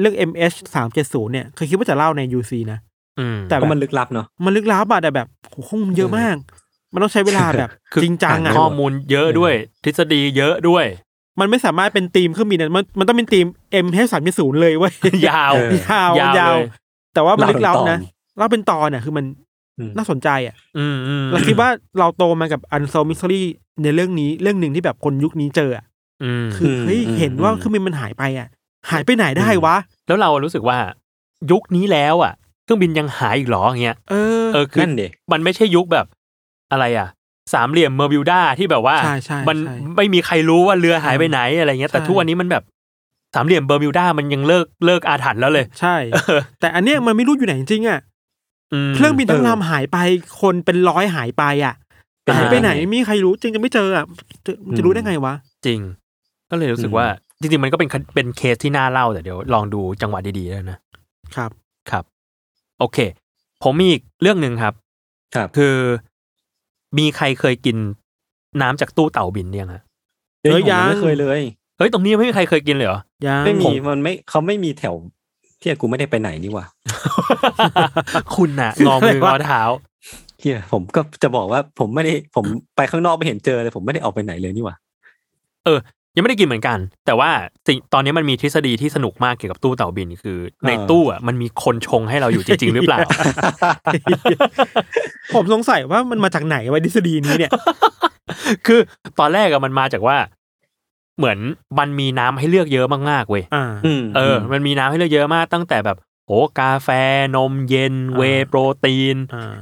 Speaker 2: เรื่อง MH สามเจ็ดศูนย์เนี่ยเคยคิดว่าจะเล่าใน UC นะ
Speaker 3: อืม
Speaker 2: แต่
Speaker 1: ก็
Speaker 2: แบบ
Speaker 1: มันลึกลับเนาะ
Speaker 2: มันลึกลับอะแต่แบบโหข้อมูลเยอะมาก มันต้องใช้เวลาแบบ
Speaker 3: คือ
Speaker 2: จริงจังอะ
Speaker 3: ข้อมูลเยอะด้วย ทฤษฎีเยอะด้วย [LAUGHS]
Speaker 2: มันไม่สามารถเป็นทีมเครื่องบินนะมันมันต้องเป็นทีม MH สามเจ็ดศูนย์เลยเว้ย
Speaker 3: ยาว
Speaker 1: เออ
Speaker 2: ยาวย
Speaker 3: าวเลย
Speaker 2: ยาว แต่ว่ามันลึกลับนะ
Speaker 1: เล่าเป็นตอน
Speaker 2: เล่าเป็นตอนเนี่ยคือมัน
Speaker 1: อืม
Speaker 2: น่าสนใจอะ
Speaker 3: อืมอืม
Speaker 2: เราคิดว่าเราโตมากับอันโซมิส o รีในเรื่องนี้เรื่องหนึ่งที่แบบคนยุคนี้เจออะ
Speaker 3: อืม
Speaker 2: คือเฮ้ยเห็นว่าเครื่องบินมันหายไปอะหายไปไหนได้วะ
Speaker 3: แล้วเรารู้สึกว่า ยุคนี้แล้วอ่ะ เครื่องบินยังหายอีกเหรออย่างเงี้ย
Speaker 2: เออ
Speaker 3: เออคือ
Speaker 1: นั่นเด็ก
Speaker 3: มันไม่ใช่ยุคแบบอะไรอ่ะ สามเหลี่ยมเมอร์บิวด้าที่แบบว่า
Speaker 2: ใช่ใช่
Speaker 3: มัน
Speaker 2: ใช่
Speaker 3: ไม่มีใครรู้ว่าเรือหายไปไหนอะไรเงี้ยแต่
Speaker 2: ใช่
Speaker 3: ทุกวันนี้มันแบบสามเหลี่ยมเบอร์มิวด้ามันยังเลิกเลิกอาถรรพ์แล้วเลย
Speaker 2: ใช่
Speaker 3: เออ
Speaker 2: แต่อันเนี้ยมันไม่รู้อยู่ไหนจริงๆอะ
Speaker 3: ม
Speaker 2: เครื่องบินทั้งลำหายไปคนเป็นร้อยหายไปอ่ะ
Speaker 3: เป็น
Speaker 2: หายไปไหน
Speaker 1: อ่า
Speaker 2: ไม่มีใครรู้จริงจะไม่เจออ่ะจะ
Speaker 1: อืม
Speaker 2: จะรู้ได้ไงวะ
Speaker 3: จริง ก็เลยรู้สึก
Speaker 1: อืม
Speaker 3: ว่าจริงๆมันก็เป็นคเป็นเคสที่น่าเล่าแต่เดี๋ยวลองดูจังหวะดีๆแล้วยนะ
Speaker 2: ครับ
Speaker 3: ครับ โอเค ผมมีอีกเรื่องหนึ่งครับ
Speaker 1: ครับ
Speaker 3: คือมีใครเคยกินน้ำจากตู้เต่าบินเนี่ยงฮะ
Speaker 2: เอ้ย
Speaker 1: ผม
Speaker 2: ยัง
Speaker 1: ไม่เคยเลย
Speaker 3: เฮ้ยตรงนี้ยังไม่มีใครเคยกินเลยเหรอ
Speaker 2: ยัง
Speaker 1: ไม่
Speaker 3: ผ
Speaker 1: มี
Speaker 3: ม
Speaker 1: มันไม่เขาไม่มีแถวที่กูไม่ได้ไปไหนนี่หว่า
Speaker 3: คุณ [LAUGHS] น่ะ งอมืองอเท้า
Speaker 1: เฮียผมก็จะบอกว่าผมไม่ได้ผมไปข้างนอกไม่เห็นเจอเลยผมไม่ได้ออกไปไหนเลยนี่หว่า
Speaker 3: เออ ยังไม่ได้กินเหมือนกัน แต่ว่าสิ่งตอนนี้มันมีทฤษฎีที่สนุกมากเกี่ยวกับตู้เต่าบิน คือ ใน
Speaker 1: เออ
Speaker 3: ตู้อ่ะมันมีคนชงให้เราอยู่จริง ๆ หรือเปล่า
Speaker 2: ผมสงสัยว่ามันมาจากไหนวะดิษฎีนี้เนี่ย
Speaker 3: [LAUGHS] คือตอนแรกอะมันมาจากว่า เหมือนมันมีน้ำให้เลือกเยอะมากๆเว้ย
Speaker 2: อ่า
Speaker 1: อืม
Speaker 3: เออ มันมีน้ำให้เลือกเยอะมากตั้งแต่แบบ โอ้กาแฟนมเย็น
Speaker 2: อ่า
Speaker 3: เวย์โปรตีน
Speaker 2: อ่า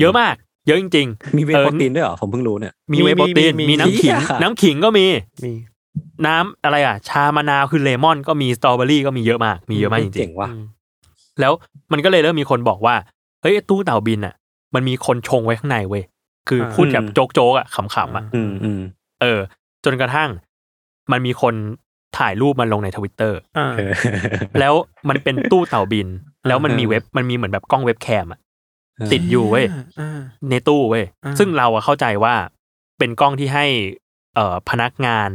Speaker 3: เยอะมาก เยอะจริง
Speaker 1: มีเวย์
Speaker 3: เออ
Speaker 1: โปรตีนด้วยเหรอผมเพิ่งรู้เนี่ย
Speaker 3: ๆ มี
Speaker 2: มี
Speaker 3: เวย์โปรตีน
Speaker 2: มีมี
Speaker 3: มีน้ำขิง
Speaker 1: เหี้ย
Speaker 3: น้ำขิงก็มี
Speaker 2: มี
Speaker 3: น้ำอะไรอ่ะ ชามะนาวคือเลมอนก็มีสตรอเบอรี่ก็มีเยอะมาก มีเยอะมากจริงๆ
Speaker 1: เจ๋งว่ะ
Speaker 2: อืม
Speaker 3: แล้วมันก็เลยเริ่มมีคนบอกว่า เฮ้ยไอ้ตู้เต่าบินอ่ะ มันมีคนชงไว้ข้างในเว้ย คืออา พูดแบบโจ๊กโจ๊กๆอ่ะขำๆอ่ะ
Speaker 1: อืมอืม
Speaker 3: เออ จนกระทั่ง มันมีคนถ่ายรูปมันลงในทวิตเตอร์
Speaker 2: อ่า
Speaker 1: เออ
Speaker 3: แล้วมันเป็นตู้เต่าบิน แล้วมันมี
Speaker 1: อ่า
Speaker 3: เว็บ มันมีเหมือนแบบกล้องเว็บแคมอ่ะ ติดอยู่เว้ย ในตู้เว้ย
Speaker 2: อ่า
Speaker 3: ซึ่งเราอะเข้าใจว่าเป็นกล้องที่ให้ เอ่อพนักงาน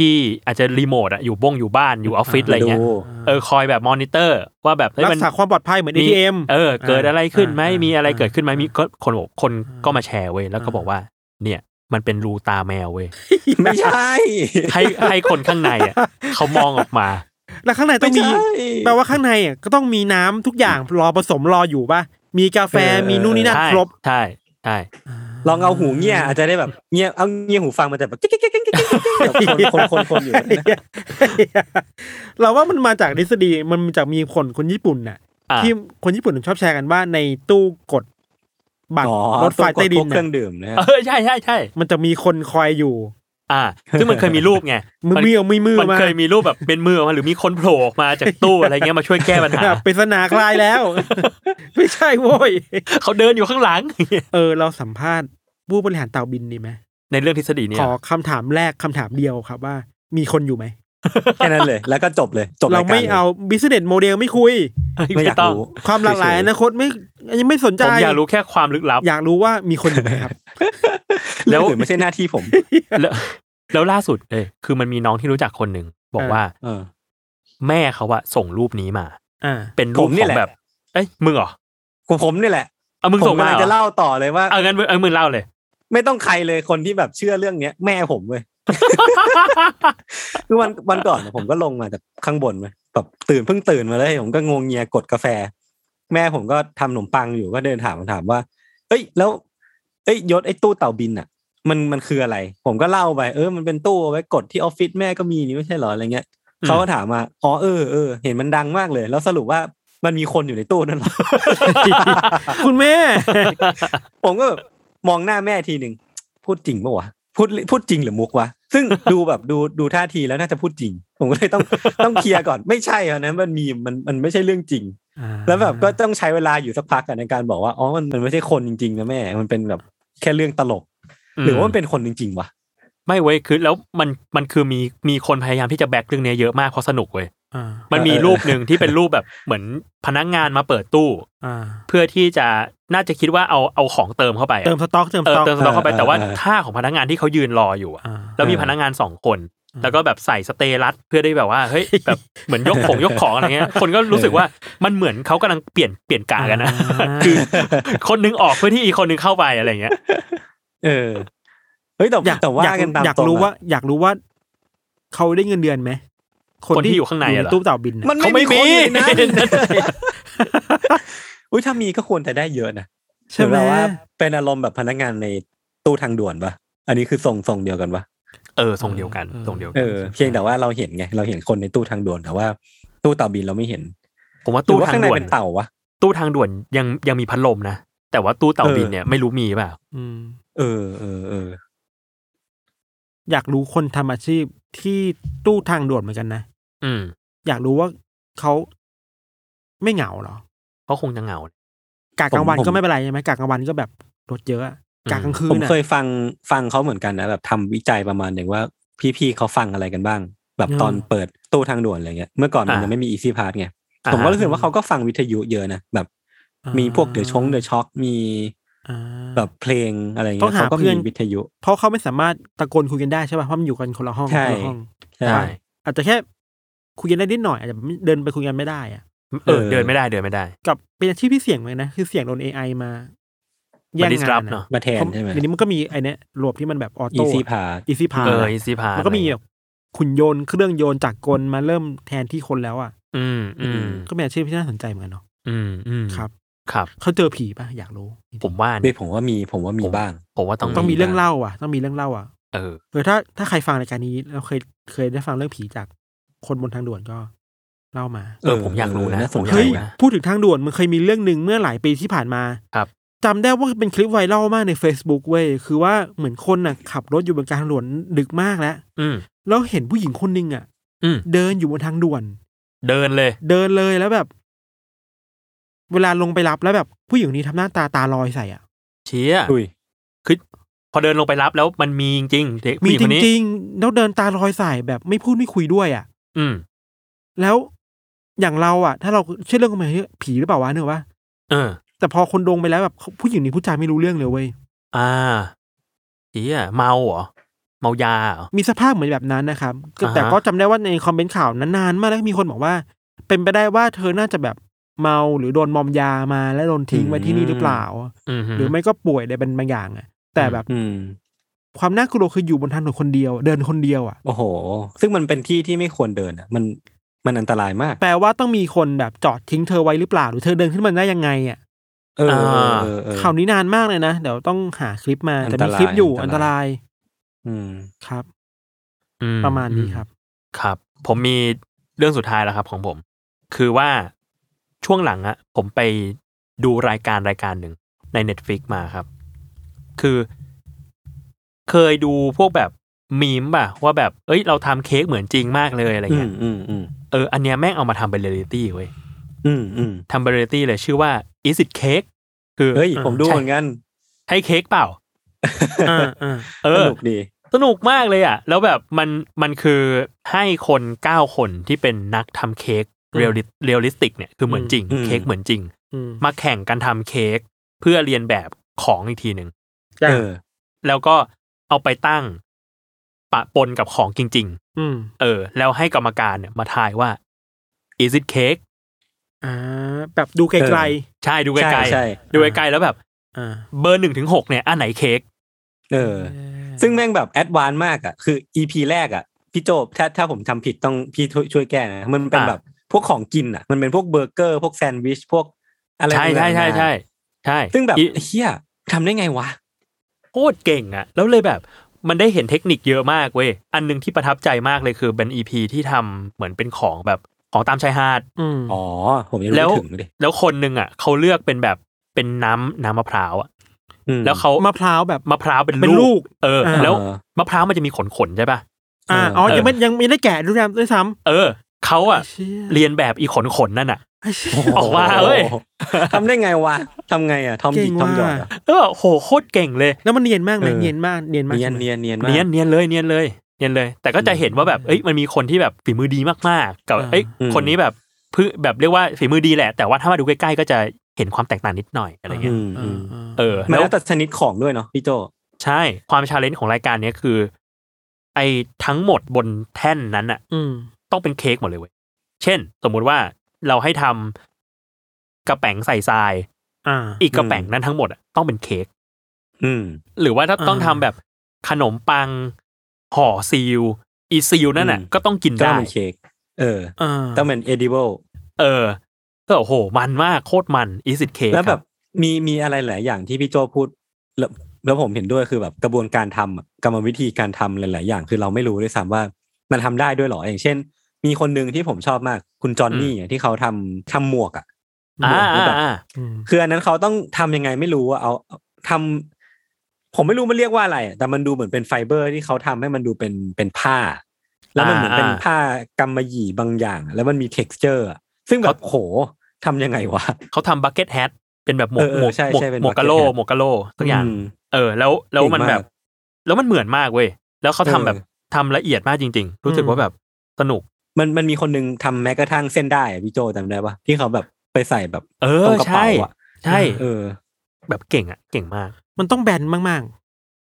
Speaker 3: ที่อาจจะรีโมทอะอยู่บ้งอยู่บ้านอยู่ออฟฟิศอะไรเงี้ย
Speaker 1: ดู
Speaker 3: เออคอยแบบมอนิเตอร์ว่าแบบเฮ้ย
Speaker 2: รั
Speaker 3: มั
Speaker 2: ก
Speaker 3: น
Speaker 2: ษาความปลอดภัยเหมือน ATM
Speaker 3: เออ เกิดอะไรขึ้นไหม
Speaker 2: อ่ามี
Speaker 3: มีอะไรเกิดขึ้นไหม
Speaker 2: อ่ามี
Speaker 3: มีก็คนบอกคน
Speaker 2: อ่า
Speaker 3: ก็มาแชร์เว้ยแล้วก็
Speaker 2: อ่า
Speaker 3: บอกว่า เนี่ย มันเป็นรูตาแมวเว้ย
Speaker 1: ไม่ใช่
Speaker 3: ให้ให้คนข้างใน
Speaker 2: [LAUGHS]
Speaker 3: อ่ะ เขามองออกมา
Speaker 2: แล้วข้างในต้องมี
Speaker 1: ไม่ใช่
Speaker 2: แปลว่าข้างในอ่ะก็ต้องมีน้ำทุกอย่างรอผสมรออยู่ป่ะ มีกาแฟ
Speaker 1: เออ
Speaker 2: มีนู่นนี่นั่น
Speaker 3: ใช่
Speaker 2: ครบ
Speaker 3: ใช่ใช่
Speaker 1: ลองเอาหูเงี้ยอาจจะได้แบบเงี้ยเอาเงี้ยหูฟังมันจะแบบกิ๊กกิ๊กกิ๊กกิ๊กกิ๊กแบบคนคนคนคนอยู่นะ
Speaker 2: เราว่ามันมาจากทฤษฎีมันมาจากมีคนคนญี่ปุ่นน่ะ
Speaker 3: อ่ะ
Speaker 2: ที่คนญี่ปุ่นชอบแชร์กันว่าในตู้กด บัตร
Speaker 1: อ๋อ
Speaker 2: รถไฟใต้ดิน
Speaker 1: วกเค
Speaker 2: น่ะ
Speaker 1: รื่องดื่มนะ
Speaker 3: เออใช่ใช่ใช่
Speaker 2: มันจะมีคนคอยอยู่
Speaker 3: อ่า ซึ่งมันเคยมีรูปไง
Speaker 2: มือมีเอามือมือ
Speaker 3: มัน
Speaker 2: มา
Speaker 3: เคยมีรูปแบบเป็นมือออกมาหรือมีคนโผล่ออกมาจากตู้อะไรเงี้ยมาช่วยแก้ปัญหา
Speaker 2: แบบปริศนาคลายแล้ว
Speaker 3: [LAUGHS]
Speaker 2: ไม่ใช่โว้ย
Speaker 3: เขาเดินอยู่ข้างหลัง
Speaker 2: เออ เราสัมภาษณ์ผู้บริหารเต่าบินดีไหม
Speaker 3: ในเรื่องทฤษฎีเนี่
Speaker 2: ข
Speaker 3: ย
Speaker 2: อคำถามแรกคำถามเดียวครับว่า มีคนอยู่ไหม
Speaker 1: แค่นั้นเลย แล้วก็จบเลยจบ
Speaker 2: เรา
Speaker 1: ยก
Speaker 2: ไม่
Speaker 1: ลย
Speaker 2: เอา business model ไม่คุย
Speaker 3: เฮ้ย
Speaker 1: ไม่อ
Speaker 3: ไม่
Speaker 1: ยาก
Speaker 3: ต้อง
Speaker 1: รู้
Speaker 2: ความหลากหลายอนาคตไม่ยังไม่สนใจ
Speaker 3: ผมอยากรู้แค่ความลึกลับ
Speaker 2: อยากรู้ว่ามีคนอยู่ไหมครับ
Speaker 3: [LAUGHS] แล้
Speaker 1: แล้ว วไม่ใช่หน้าที่ผม
Speaker 3: แล้วแล้วล่าสุดเลยคือมันมีน้องที่รู้จักคนหนึ่งบอกว่า
Speaker 1: เออ
Speaker 3: แม่เขาอะส่งรูปนี้มา
Speaker 2: อ่า
Speaker 3: เป็นรูป
Speaker 1: ผมนี่
Speaker 3: ของ
Speaker 1: แหละ
Speaker 3: แบบ เอ้ยมึงเหรอ
Speaker 1: กูผมนี่แหละ
Speaker 3: เอามึง
Speaker 1: ผ
Speaker 3: ส่ง
Speaker 1: มกำ
Speaker 3: มา
Speaker 1: ลัง
Speaker 3: เหร
Speaker 1: จะ
Speaker 3: อ
Speaker 1: เล่าต่อเลยว่า
Speaker 3: เอางั้นมึงเออมึงเล่าเลย
Speaker 1: ไม่ต้องใครเลยคนที่แบบเชื่อเรื่องเนี้ยแม่ผมเว้ย คือวันวันก่อนเนี่ยผมก็ลงมาจากข้างบนไปแบบตื่นเพิ่งตื่นมาเลย ผมก็งวงเงียกดกาแฟ แม่ผมก็ทำขนมปังอยู่ก็เดินถามถามว่า เอ้ย แล้ว เอ้ยยศไอ้ตู้เต่าบินอ่ะ มันมันคืออะไร ผมก็เล่าไปเออมันเป็นตู้เอาไว้กดที่ออฟฟิศแม่ก็มีนี่ไม่ใช่เหรออะไรเงี้ย
Speaker 3: อืม
Speaker 1: เขาก็ถามมาอ๋อเออเออเห็นมันดังมากเลย แล้วสรุปว่ามันมีคนอยู่ในตู้นั่นเหรอ
Speaker 2: คุณแม่
Speaker 1: ผมก็แบบมองหน้าแม่ทีหนึ่งพูดจริงปะวะพูดพูดจริงหรือมุกวะซึ่ง [LAUGHS] ดูแบบดูดูท่าทีแล้วน่าจะพูดจริง ผมก็เลยต้อง [LAUGHS] ต้องเคลียร์ก่อนไม่ใช่อันนั้นมันมีมันมันไม่ใช่เรื่องจริง แล้วแบบก็ต้องใช้เวลาอยู่สักพักอะในการบอกว่าอ๋อมันมันไม่ใช่คนจริงๆนะแม่ มันเป็นแบบแค่เรื่องตลก หรือว่ามันเป็นคนจริงๆวะ
Speaker 3: ไม่เว้ยคือแล้วมันมันคือมีมีคนพยายามที่จะแบกเรื่องเนี้ยเยอะมากเพราะสนุกเว้ย
Speaker 2: อ่า
Speaker 3: มันมีรูปหนึ่งที่เป็นรูปแบบเหมือนพนักงานมาเปิดตู้
Speaker 2: อ่า
Speaker 3: เพื่อที่จะน่าจะคิดว่าเอาเอาของเติมเข้าไปอะ
Speaker 2: เติมสต็อกเติม
Speaker 3: เอ
Speaker 2: ส
Speaker 3: อ
Speaker 2: ต็อก
Speaker 3: เติมสต็อกเข้าไปแต่ว่าท่าของพนักงานที่เขายืนรออยู่อะ
Speaker 2: อ่า
Speaker 3: แล้วมีพนักงานสองคน แล้วก็แบบใส่สเตรัสเพื่อได้แบบว่าเฮ้ย [LAUGHS] แบบเหมือนยกของยกของอะไร
Speaker 1: [LAUGHS]
Speaker 3: เงี้ย คนก็รู้สึกว่ามันเหมือนเขากำลังเปลี่ยนเปลี่ยนกากันนะ
Speaker 2: อ่า
Speaker 3: คือคนนึงออกเพื่อที่อีกคนนึงเข้าไปอะไรเงี้ย
Speaker 1: เออเฮ้ยแต่
Speaker 2: อยาก
Speaker 1: แต่ว่า
Speaker 2: อยาก
Speaker 1: กันตาม
Speaker 2: อยาก
Speaker 1: ตง
Speaker 2: รู้ว่า
Speaker 1: อะ
Speaker 2: อยากรู้ว่า เขาได้เงินเดือนไหม
Speaker 3: คนที่อยู่ข้างในอะเหรอ
Speaker 2: ตู้เต่าบินอะ
Speaker 1: มัน
Speaker 3: เขา
Speaker 1: ไม่
Speaker 3: ไม่
Speaker 1: มี
Speaker 3: มี
Speaker 1: คนในนั้น
Speaker 2: [LAUGHS]
Speaker 1: อุ้ยถ้ามีก็ควรจะได้เยอะนะ
Speaker 2: ใช่ไหม
Speaker 1: รือแบบว่าเป็นอารมณ์แบบพนักงานในตู้ทางด่วนปะอันนี้คือทรงทรงเดียวกันปะ
Speaker 3: [LAUGHS] เออทรงเดียวกันทรงเดียวกั
Speaker 1: เอน อเพียงแต่ว่าเราเห็นไง เราเห็นคนในตู้ทางด่วนแต่ว่า ตู้เต่าบินเราไม่เห็น
Speaker 3: ผมว่า
Speaker 1: หรือ
Speaker 3: ตู้
Speaker 1: ว่า
Speaker 3: ทา
Speaker 1: ข้าง
Speaker 3: ง
Speaker 1: ใน
Speaker 3: ด่วน
Speaker 1: เป็นเต่าวะ
Speaker 3: ตู้ทางด่วนยังยังมีพัดลมนะแต่ว่าตู้เต่าบินเนี่ยไม่รู้มีเปล่า
Speaker 2: อืม
Speaker 1: เออเออเออ
Speaker 2: อยากรู้คนทำอาชีพที่ตู้ทางด่วนเหมือนกันนะ
Speaker 3: อืม
Speaker 2: อยากรู้ว่าเขาไม่เหงาเหรอ
Speaker 3: เขาคงจะเหงา
Speaker 2: กากกลางวันก็ไม่เป็นไรใช่ไหมกากกลางวันก็แบบรถเยอะอะ
Speaker 3: อืม
Speaker 2: กากกลางคื
Speaker 1: ผ
Speaker 2: น
Speaker 1: ม
Speaker 2: อะ
Speaker 1: เคยฟังฟังเขาเหมือนกันนะแบบทำวิจัยประมาณหนึ่งว่า พี่ๆเขาฟังอะไรกันบ้าง แบบตอนเปิดตู้ทางด่วนอะไรเงี้ยเมื่อก่อนมัน
Speaker 3: อ่ะ
Speaker 1: ยังไม่มีอีซี่พาสไง
Speaker 3: อ่า
Speaker 1: ผมก็รู้สึกว่าเขาก็ฟังวิทยุเยอะนะแบบ มีพวกเดือชงเดือช็อกมี
Speaker 2: อ่า
Speaker 1: แบบเพลงอะไร
Speaker 2: ต้
Speaker 1: เงี้
Speaker 2: อย งหา
Speaker 1: เขาก็
Speaker 2: เพื่
Speaker 1: มี
Speaker 2: อน
Speaker 1: วิทยุ
Speaker 2: เพราะเขาไม่สามารถตะโกนคุยกันได้ใช่ป่ะเพราะมันอยู่กันคนละห้อง
Speaker 1: ใช่
Speaker 2: คนละห้อง
Speaker 1: ใช่
Speaker 3: ใช่
Speaker 2: อาจจะแค่คุยกันได้นิดหน่อยอาจจะไม่เดินไปคุยกันไม่ได้อะ
Speaker 3: เออ
Speaker 1: เออ
Speaker 3: เดินไม่ได้เดินไม่ได้
Speaker 2: กับเป็นอาชีพที่เสี่ยงเลยนะ คือเสี่ยงโดน AI มาแย่ง
Speaker 3: มา disrupt
Speaker 2: งาน
Speaker 3: เนอะ
Speaker 1: มาแทน
Speaker 2: เพราะ
Speaker 1: ใช่ไหม
Speaker 2: เดี๋ยวนี้มันก็มีไอเนี้ยรวบที่มันแบบออ
Speaker 1: อี
Speaker 2: โต้
Speaker 1: ซี่พาส
Speaker 2: อีซี่พา
Speaker 3: เอออีซีพา
Speaker 2: มั
Speaker 3: มัน
Speaker 2: ก็มีแบบขุนโยนต์เครื่องโยนต์จากกลมาเริ่มแทนที่คนแล้วอ่ะ
Speaker 3: อืมอืม
Speaker 2: ก็เป็นอาชีพที่น่าสนใจเหมือนกันเนาะ
Speaker 3: อืมอืม
Speaker 2: ครับ
Speaker 3: ครับ
Speaker 2: เขาเจอผีป่ะอยากรู้
Speaker 3: ผมว่า
Speaker 1: เฮ้
Speaker 3: เนี่ย
Speaker 1: ยผมว่ามีผมว่ามีบ้าง
Speaker 3: ผมว่าต้อง
Speaker 2: ต้องมีเรื่อง
Speaker 3: บ้า
Speaker 2: เล่าอ่ะ ต้องมีเรื่องเล่าอ่ะ
Speaker 3: เออ
Speaker 2: เออถ้าถ้าใครฟังรายการนี้แล้วเคยเคยได้ฟังเรื่องผีจากคนบนทางด่วนก็ เล่ามา
Speaker 3: เออผมอยากรู้นะ
Speaker 1: น่าสน
Speaker 3: ผมอ
Speaker 1: ใจ
Speaker 3: ยาก
Speaker 2: เฮ้ย
Speaker 3: รู้
Speaker 1: นะ
Speaker 2: พูดถึงทางด่วนมันเคยมีเรื่องหนึ่งเมื่อหลายปีที่ผ่านมา
Speaker 3: ครับ
Speaker 2: จำได้ว่าเป็นคลิปไวรัลมากใน Facebook เว้ยคือว่าเหมือนคนน่ะขับรถอยู่บนทางด่วนดึกมากแล้ว
Speaker 3: อืม
Speaker 2: แล้วเห็นผู้หญิงคนหนึ่งอ่ะ
Speaker 3: อืม
Speaker 2: เดินอยู่บนทางด่วน
Speaker 3: เดินเลย
Speaker 2: เดินเลยแล้วแบบ เวลาลงไปรับแล้วแบบผู้หญิงคนนี้ทำหน้าตาตาลอยใส่อ่ะ
Speaker 3: เชีย
Speaker 1: อุ้ย
Speaker 3: พอเดินลงไปรับแล้วมันมีจริงๆเด็กผู้
Speaker 2: มี
Speaker 3: หญิง
Speaker 2: จ
Speaker 3: คนนี้
Speaker 2: ริงๆแล้วเดินตาลอยใส่แบบไม่พูดไม่คุยด้วยอ่ะ
Speaker 3: อืม
Speaker 2: แล้วอย่างเราอ่ะ ถ้าเราเชื่อเรื่องของผีหรือเปล่าวะเนอะวะ
Speaker 3: เออ
Speaker 2: แต่พอคนดงไปแล้วแบบผู้หญิงนี้พูดจาไม่รู้เรื่องเลยเว้ย
Speaker 3: อ่าเชียเมาเหรอเมายาเหรอ
Speaker 2: มีสภาพเหมือนแบบนั้นนะครับก็
Speaker 3: อ่าฮะ
Speaker 2: แต่ก็จำได้ว่าในคอมเมนต์ข่าวนั้นนานมากแล้วมีคนบอกว่า เป็นไปได้ว่าเธอน่าจะแบบเมาหรือโดนมอมยามาแล้วโดนทิ้งไว้ที่นี่หรือเปล่า
Speaker 3: อืม
Speaker 2: หรือไม่ก็ป่วยอะไรเป็นบางอย่างอ่ะ แต่แบบ
Speaker 1: อืม
Speaker 2: ความน่ากลัวคืออยู่บนถนนคนเดียว เดินคนเดียวอ่ะ
Speaker 1: โอ้โห ซึ่งมันเป็นที่ที่ไม่ควรเดินอ่ะ มัน มันอันตรายมาก
Speaker 2: แปลว่าต้องมีคนแบบจอดทิ้งเธอไว้หรือเปล่า หรือเธอเดินขึ้นมาได้ยังไงอ่ะ
Speaker 1: เออเออเออเออ
Speaker 2: ข่าวนี้นานมากเลยนะ เดี๋ยวต้องหาคลิปมา
Speaker 1: อันตราย
Speaker 2: แต่มีคลิปอยู่
Speaker 1: อั
Speaker 2: อั
Speaker 1: นต
Speaker 2: นต
Speaker 1: ราร
Speaker 2: าย ย
Speaker 1: อืม
Speaker 2: ครับ
Speaker 3: อื
Speaker 2: ประมาณนี้ครับ
Speaker 3: ครับ ผมมีเรื่องสุดท้ายแล้วครับของผม คือว่าช่วงหลังอะผมไปดูรายการรายการหนึ่งใน Netflix มาครับ คือเคยดูพวกแบบมีมป่ะ ว่าแบบ เอ้ย เราทำเค้กเหมือนจริงมากเลยอะไร
Speaker 1: อื
Speaker 3: เงี้
Speaker 1: ม
Speaker 3: ย
Speaker 1: อืมอืม
Speaker 3: เอออันเนี้ยแม่งเอามาทำเป็นเรียลิตี้เว้ย
Speaker 1: อืมอืม
Speaker 3: ทำเป็นเรียลิตี้เลยชื่อว่า is it cake คือ
Speaker 1: เฮ้ย ผมดู
Speaker 3: ใช่
Speaker 1: เหมือนกัน
Speaker 3: ใช่เค้กเปล่า เอ
Speaker 1: ส
Speaker 3: อ
Speaker 1: นุกดี
Speaker 3: สนุกมากเลยอ่ะ แล้วแบบมันมันคือให้คนเก้าคนที่เป็นนักทำเค้ก
Speaker 2: อืม
Speaker 3: เรียลลิเรียลลิสติกเนี่ยคือเหมือนจริง
Speaker 1: อืม
Speaker 3: เค้กเหมือนจริง
Speaker 2: อืม
Speaker 3: มาแข่งกันทำเค้กเพื่อเรียนแบบของอีกทีหนึ่ง
Speaker 1: เออ
Speaker 3: แล้วก็เอาไปตั้งปะปนกับของจริง
Speaker 2: อืม
Speaker 3: ๆ เออ แล้วให้กรรมการเนี่ยมาทายว่า is it cake
Speaker 2: อ่าแบบดูไก
Speaker 1: เอ
Speaker 2: ล
Speaker 1: อ
Speaker 3: ใช่ดูไก
Speaker 1: ใช่
Speaker 3: ล
Speaker 1: ใช่
Speaker 3: ๆดูไกลๆแล้วแบบ
Speaker 2: ๆ อ่า
Speaker 3: เบอร์หนึ่งถึงหกเนี่ยอันไหนเค้ก
Speaker 1: เออ ซึ่งแม่งแบบแอดวานซ์มากอ่ะ คืออีพีแรกอ่ะ พี่โจบถ้าถ้าผมทำผิดต้องพี่ช่วยช่วยแก้นะ มันเป็น
Speaker 3: อ่า
Speaker 1: แบบพวกของกินอ่ะ มันเป็นพวกเบอร์เกอร์ พวกแซนด์วิช พวกอะไร
Speaker 3: ใช่ใช่ใช่ใช่ใช่
Speaker 1: ซึ่งแบบ
Speaker 3: อี
Speaker 1: เฮียทำได้ไงวะ
Speaker 3: โคตรเก่งอะแล้วเลยแบบมันได้เห็นเทคนิคเยอะมากเว้ย อันหนึงที่ประทับใจมากเลยคือเป็นอีพีที่ทำเหมือนเป็นของแบบของตามชายหาด
Speaker 2: อืม
Speaker 1: อ๋อ ผมยัง
Speaker 3: แล้ว
Speaker 1: รู้ถึงเลย
Speaker 3: แล้วคนหนึงอะเขาเลือกเป็นแบบเป็นน้ำน้ำมะพร้าวอะ
Speaker 1: อืม
Speaker 3: แล้วเขา
Speaker 2: มะพร้าวแบบ
Speaker 3: มะพร้าวเป็น
Speaker 2: เป็นลูก
Speaker 3: เออ
Speaker 2: อ่า
Speaker 3: แล้ว
Speaker 1: เออ
Speaker 3: มะพร้าวมันจะมีขนๆใช่ปะ
Speaker 2: อ่า
Speaker 1: เอออ๋
Speaker 2: อ๋อยังไม่ยังไม่ได้แกะด้วยซ้ำด้วยซ้
Speaker 3: เออเขา
Speaker 2: ำ
Speaker 3: อะ
Speaker 2: ไอ้เชี่ย
Speaker 3: เรียนแบบอีขนๆนั่นอะ
Speaker 2: ไอ้เชี่ย
Speaker 3: ออกมาเว้ย
Speaker 1: ทำได้ไงวะทำไงอ่ะ ทอมดิ
Speaker 2: เก่ง
Speaker 1: ทอมหยอ
Speaker 2: ว่ะ
Speaker 1: ดอะ
Speaker 3: เออโหโคตรเก่งเลย
Speaker 2: แล้วมันเนียนมากไหม
Speaker 1: เออ
Speaker 2: เนียนมากเนียนมาก
Speaker 1: เนียน
Speaker 2: ใช่ไหม
Speaker 1: เนียนเนียนมาก
Speaker 3: เนียนเนียนเลยเนียนเลยเนียนเลย แต่ก็จะเห็นว่าแบบเอ้ยมันมีคนที่แบบฝีมือดีมากๆ กับเอ้ย
Speaker 1: อืม
Speaker 3: คนนี้แบบเพื่อแบบเรียกว่าฝีมือดีแหละ แต่ว่าถ้ามาดูใกล้ๆก็จะเห็นความแตกต่างนิดหน่อยอะไรเงี้ย
Speaker 1: อืมอืม
Speaker 2: อ่า
Speaker 3: เออ
Speaker 1: มัน
Speaker 3: แล้ว
Speaker 1: แล้วแต่ชนิดของด้วยเนาะพี่โจ
Speaker 3: ใช่ความชาเลนจ์ของรายการเนี้ยคือ ไอ้ทั้งหมดบนแท่นนั้นอะ
Speaker 2: อืม
Speaker 3: ต้องเป็นเค้กหมดเลยเว้ยเช่น สมมุติว่าเราให้ทำกระแป๋งใส่ทราย
Speaker 2: อ่า
Speaker 3: อีกกระ
Speaker 1: อืม
Speaker 3: แป๋งนั้นทั้งหมดอะต้องเป็นเค้ก
Speaker 1: อืม
Speaker 3: หรือว่าถ้า
Speaker 2: อ่า
Speaker 3: ต้องทำแบบขนมปังห่อซีลอีซีลนั่นน่ะ
Speaker 1: อืม
Speaker 3: ก็ต้องกิน
Speaker 1: ก็
Speaker 3: ได้
Speaker 1: เป็นเค้กเออ
Speaker 2: อ่า
Speaker 1: ต้องเป็น edible
Speaker 3: เออก็โอ้โห มันมากโคตรมันอีสิตเค
Speaker 1: แล้วแบบมีมีอะไรหลายอย่างที่พี่โจพูดแล้วแล้วผมเห็นด้วยคือแบบกระบวนการทำอะกรรมวิธีการทำหลาย ๆ อย่าง คือเราไม่รู้ด้วยซ้ำว่ามันทำได้ด้วยเหรออย่างเช่น มีคนหนึ่งที่ผมชอบมากคุณจอห์นนี่อะที่เขาทำทำหมวกอ่ะ
Speaker 3: อ่า
Speaker 1: หมวกรูปแบบ
Speaker 3: อ่า
Speaker 2: อืม
Speaker 1: คืออันนั้นเขาต้องทำยังไงไม่รู้อะเอาทำผมไม่รู้มันเรียกว่าอะไรอะแต่มันดูเหมือนเป็นไฟเบอร์ที่เขาทำให้มันดูเป็นเป็นผ้า แล้วมันเหมือนเป็นผ้ากำมะหยี่บางอย่าง แล้วมันมี t e x t อร์ซึ่งแบบโหทำยังไงวะ
Speaker 3: เขาทำบักเก็ตแฮทเป็นแบบหมวก
Speaker 1: เออเออ
Speaker 3: หมวก
Speaker 1: ใช่
Speaker 3: หมวก
Speaker 1: ใช่เป็น
Speaker 3: หมวก
Speaker 1: bucket
Speaker 3: กะโล
Speaker 1: hat
Speaker 3: หมวกกะโลสักอย่าง
Speaker 1: ม
Speaker 3: เออ แล้วแล้วมัน
Speaker 1: เก่งมาก
Speaker 3: แบบ แล้วมันเหมือนมากเว้ย แล้วเขาทำแบบ
Speaker 1: เออ
Speaker 3: ทำละเอียดมากจริง ๆ รู้สึกว่าแบบสนุก
Speaker 1: มันมันมีคนหนึงทำแม้กระทั่งเส้นได้อะพี่โจจำได้ปะที่เขาแบบไปใส่แบบ
Speaker 3: เอ
Speaker 1: ตร
Speaker 3: อง
Speaker 1: กระเป๋า
Speaker 3: ใช่
Speaker 1: อ่ะ
Speaker 3: ใช่
Speaker 1: เออ
Speaker 3: แบบเก่งอ่ะเก่งมาก
Speaker 2: มันต้องแบนมาก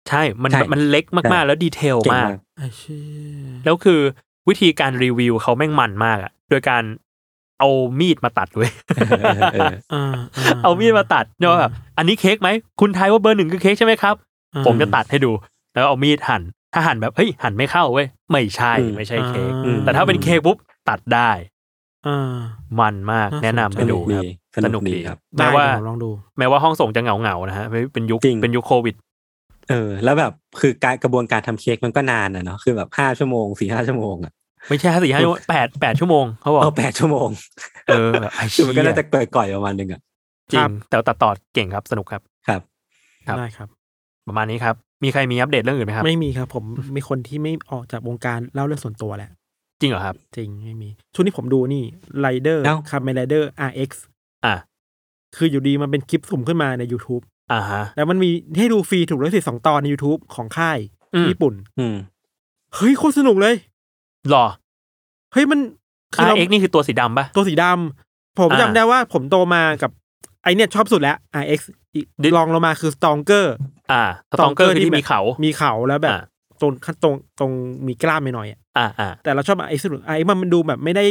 Speaker 3: ใช่มัน
Speaker 1: ใช่
Speaker 3: มันเล็ก
Speaker 1: ใช่
Speaker 3: มากๆ แล้วดีเทล
Speaker 1: เก่ง
Speaker 3: มาก
Speaker 1: มาก
Speaker 2: ๆไอ้เชี่ย
Speaker 3: แล้วคือวิธีการรีวิวเขาแม่งมันมากอะโดยการเอามีดมาตัดเว้ย
Speaker 1: เออ
Speaker 2: อ่า
Speaker 3: เอามีดมาตัดเนาะแบบอันนี้เค้กไหมคุณทายว่าเบอร์หนึ่งคือเค้กใช่ไหมครับ
Speaker 2: อ่า
Speaker 3: ผมจะตัดให้ดู แล้วเอามีดหั่น ถ้าหั่นแบบเฮ้ยหั่นไม่เข้าเว้ยไม่ใช่
Speaker 1: อืม
Speaker 3: ไม่ใช่เค้ก
Speaker 1: อืม
Speaker 3: แต่ถ้าเป็นเค้กปุ๊บตัดได้
Speaker 2: อ่า
Speaker 3: มันมาก
Speaker 2: น่าสนใจ
Speaker 3: แนะนำไป
Speaker 1: สนุ
Speaker 3: ดู
Speaker 1: ก
Speaker 3: ค
Speaker 1: ดี
Speaker 3: รับ
Speaker 1: สนุกดีครับ
Speaker 3: แม้ว่า
Speaker 2: ได้เดี๋ยลองดู
Speaker 3: แม้ว่าห้องส่งจะเหงาๆนะฮะเป็นยุค
Speaker 1: จริง
Speaker 3: เป็นยุคโควิด
Speaker 1: เออ แล้วแบบคือการกระบวนการทำเค้กมันก็นานนะเนาะคือแบบห้าชั่วโมงสี่ห้าชั่วโมงอ่ะ
Speaker 3: ไม่ใช่ห้าสี่ห้าชั่วโมงแปดแปดชั่วโมงเขาบอก
Speaker 1: เอาแปดชั่วโมง
Speaker 3: เออแบบไอ้
Speaker 1: คือ
Speaker 3: เชี่
Speaker 1: มันก็
Speaker 3: ย
Speaker 1: น่าจะเกิดก่อยๆประมาณหนึงอ่ะ
Speaker 3: จริงแต่ตัดต่อเก่งครับสนุกครับ
Speaker 1: ครับ
Speaker 3: ครับ
Speaker 2: ได้ครับ
Speaker 3: ประมาณนี้ครับ มีใครมีอัปเดตเรื่องอื่นไหมครับ
Speaker 2: ไม่มีครับ ผมมีคนที่ไม่ออกจากวงการเล่าเรื่องส่วนตัวแหละ
Speaker 3: จริงเหรอครับ
Speaker 2: จริงไม่มีช่วงนี้ผมดูนี่ไรเดอร์
Speaker 1: เอ้า
Speaker 2: คาเมไรเดอร์ RX
Speaker 3: อ่ะ
Speaker 2: คืออยู่ดีมันเป็นคลิปสุ่มขึ้นมาใน YouTube
Speaker 3: อ่าฮะ
Speaker 2: แล้วมันมีให้ดูฟรีถูกลิขสิทธิ์สองตอนใน YouTube ของค่าย
Speaker 3: อืม
Speaker 2: ญี่ปุ่น
Speaker 1: อืม
Speaker 2: เฮ้ยโคตรสนุกเลย
Speaker 3: หรอ
Speaker 2: เฮ้ยมัน
Speaker 3: อ่า
Speaker 2: เรา
Speaker 3: เอ็กนี่คือตัวสีดำปะ
Speaker 2: ตัวสีดำผม
Speaker 3: อ่า
Speaker 2: จำได้ว่าผมโตมากับไอเนี่ยชอบสุดแล้ว RX อีก
Speaker 3: ดิ
Speaker 2: ลองลงมาคือ s t o n g e r
Speaker 3: อ่าสตองเกอร์ที่มีเขา
Speaker 2: มีเขาแล้วแบบ
Speaker 3: อ่า
Speaker 2: ตรงขั้นตรงตรงมีกล้ามหน่อยๆอะ
Speaker 3: อ่าอ่า
Speaker 2: แต่เราชอบไอสุดไอมันดูแบบไม่ได้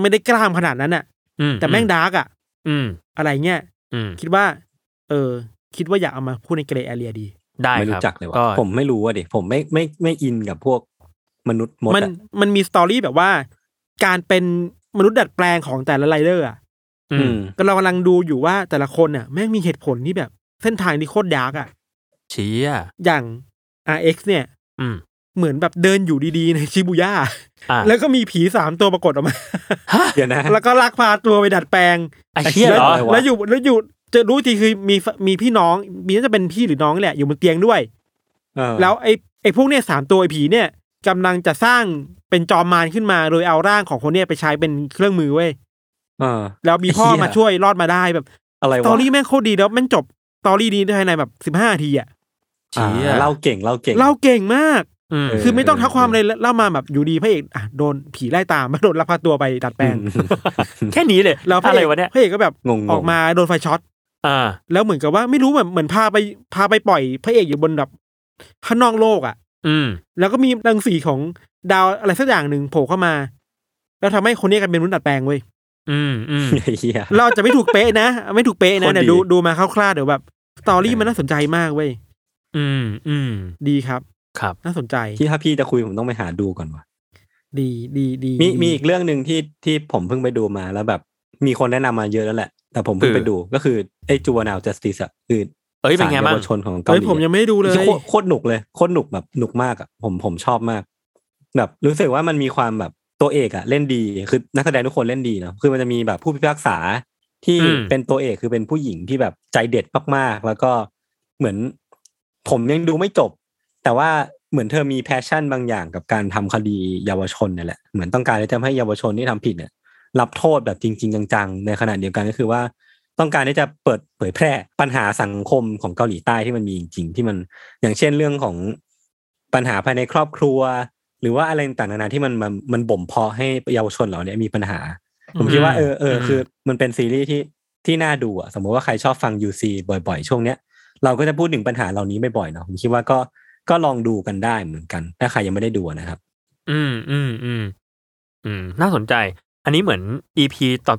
Speaker 2: ไม่ได้กล้ามขนาดนั้นอะ
Speaker 3: อื
Speaker 2: แต่แม่งดาร์กอะ
Speaker 3: อืม
Speaker 2: อะไรเงี้ย
Speaker 3: อืม
Speaker 2: คิดว่า เออ คิดว่าอยากเอามาพูดในเกรย์แอเรียดี
Speaker 3: ได้
Speaker 1: ไม่
Speaker 3: คบ
Speaker 1: รู้จักเลยว่ะ
Speaker 3: ก็
Speaker 1: ผมไม่รู้อ่ะดิผมไม่ไม่ไม่อินกับพวกมนุษย์มด
Speaker 2: มัน
Speaker 1: อะ
Speaker 2: มันมีสตอรี่แบบว่า การเป็นมนุษย์ดัดแปลงของแต่ละไรเดอร์อ่ะ
Speaker 3: อื
Speaker 1: อื
Speaker 3: ม
Speaker 1: ม
Speaker 2: ก็เรากำลังดูอยู่ว่าแต่ละคนอ่ะแม่งมีเหตุผลที่แบบ เส้นทางที่โคตรดาร์กอ่ะ
Speaker 3: เชี้อ่ะ
Speaker 2: อย่าง RX เนี่ย
Speaker 3: อืม
Speaker 2: เหมือนแบบเดินอยู่ดีๆ ในชิบูย่า
Speaker 3: อ่า
Speaker 2: แล้วก็มีผีสามตัวปรากฏอ
Speaker 1: [LAUGHS]
Speaker 2: อกมา
Speaker 3: ฮะ
Speaker 1: เดี๋ยวนะ
Speaker 2: แล้วก็ลักพาตัวไปดัดแปลง
Speaker 3: ไอเชี่ย
Speaker 2: แล้
Speaker 3: เหร
Speaker 2: ว
Speaker 3: อ
Speaker 1: อะไรวะ
Speaker 2: แล้วอยู่แล้วอยู่เจะรู้ทีคือมีมีพี่น้อง มีน่าจะเป็นพี่หรือน้องนี่แหละอยู่บนเตียงด้วย
Speaker 1: เออ
Speaker 2: แล้วไอ้ไอ้พวกเนี่ยสามตัวไอ้ผีเนี่ยกำลังจะสร้างเป็นจอมมารขึ้นมาโดยเอาร่างของคนเนี่ยไปใช้เป็นเครื่องมือเว้ย
Speaker 1: เออ
Speaker 2: แล้วมีพ่อ
Speaker 1: ไอ้เหี้ย
Speaker 2: มาช่วยรอดมาได้แบบ
Speaker 1: อะไร
Speaker 2: ส
Speaker 1: วะ
Speaker 2: ตอรี่แม่งโคตรดีแล้วแม่งจบสตอรี่ดีภายในแบบสิบห้านาทีอ่ะ
Speaker 1: อ่า
Speaker 3: เชี้อ่ะ
Speaker 1: เล่าเก่งเล่าเก่ง
Speaker 2: เล่าเก่งมาก
Speaker 3: อืม
Speaker 1: เออ
Speaker 2: คือไม่ต้องทักความเลยเล่ามาแบบอยู่ดีพระเอกอ่ะโดนผีไล่ตาม [LAUGHS] มาโดนลักพาตัวไปดัดแปลง
Speaker 1: อืม
Speaker 3: แค่นี้เลย
Speaker 2: แล้วพระ
Speaker 3: อะ
Speaker 2: เอ
Speaker 3: ไร
Speaker 2: ก
Speaker 3: วะเนี่ย
Speaker 2: พระเอกก็แบบ
Speaker 1: งงๆ
Speaker 2: ออกมาโดนไฟช็อต
Speaker 3: อ่า
Speaker 2: แล้วเหมือนกับว่าไม่รู้แบบเหมือนพาไปพาไปปล่อยพระเอกอยู่บนแบบข้างนอกโลกอ่ะ
Speaker 3: อืม
Speaker 2: แล้วก็มีรังสีของดาวอะไรสักอย่างหนึ่งโผล่เข้ามา แล้วทำให้คนนี้กลายเป็นมนุษย์ดัดแปลงเว้ย
Speaker 3: อืมอืม
Speaker 1: ไอ้เหี้ย
Speaker 2: เราจะไม่ถูกเป๊ะนะ ไม่ถูกเป๊ะนะ
Speaker 1: คนดี
Speaker 2: เดี๋ยวดูดูมาคร่าวๆเดี๋ยวแบบสตอรี่มันน่าสนใจมากเว้ย
Speaker 3: อืมอืม
Speaker 2: ดีครับ
Speaker 3: ครับ
Speaker 2: น่าสนใจ
Speaker 1: ที่ถ้าพี่จะคุยผมต้องไปหาดูก่อนว่ะ
Speaker 2: ดีดีดี
Speaker 1: มี
Speaker 2: ดี
Speaker 1: มีอีกเรื่องหนึ่งที่ที่ผมเพิ่งไปดูมาแล้วแบบ มีคนแนะนำมาเยอะแล้วแหละ แต่ผมเพิ่งไปดูก็คือไอ้จูวนาลจัสติสอะคือ
Speaker 3: เอ้ยเป็น
Speaker 1: สาร
Speaker 3: ไง
Speaker 1: เยา
Speaker 3: บ้าง
Speaker 1: วชนของเกาห
Speaker 2: เฮ้ย
Speaker 1: ลี
Speaker 2: ผมยังไม่ได้ดูเลย
Speaker 1: โคตรโคตรหนุกเลยโคตรหนุกแบบหนุกมากอะผมผมชอบมาก แบบรู้สึกว่ามันมีความแบบตัวเอกอะเล่นดีคือนักแสดงทุกคนเล่นดีเนาะคือมันจะมีแบบผู้พิพากษาที่เป็นตัวเอกคือเป็นผู้หญิงที่แบบใจเด็ดมากๆ แล้วก็เหมือน ผมยังดูไม่จบ แต่ว่าเหมือนเธอมีแพชชั่นบางอย่างกับการทำคดีเยาวชนเนี่ยแหละเหมือนต้องการจะทำให้เยาวชนที่ทำผิดเนี่ยรับโทษแบบจริง ๆ จังๆ ในขณะเดียวกันก็คือว่า ต้องการที่จะเปิดเผยแพร่ปัญหาสังคมของเกาหลีใต้ที่มันมีจริงๆที่มันอย่างเช่นเรื่องของปัญหาภายในครอบครัว หรือว่าอะไรต่างๆนานาที่มันมันมันบ่มเพาะให้เยาวชนเหล่านี้มีปัญหา ผมคิดว่าเออเออคือมันเป็นซีรีส์ที่ที่น่าดูอ่ะสมมติว่าใครชอบฟัง UC บ่อยๆ ช่วงเนี้ย เราก็จะพูดถึงปัญหาเหล่านี้บ่อยๆเนาะผมคิดว่าก็ก็ลองดูกันได้เหมือนกัน ถ้าใครยังไม่ได้ดูนะครับ
Speaker 3: อืมอืมอืมอืมน่าสนใจ อันนี้เหมือนอีพีต่อ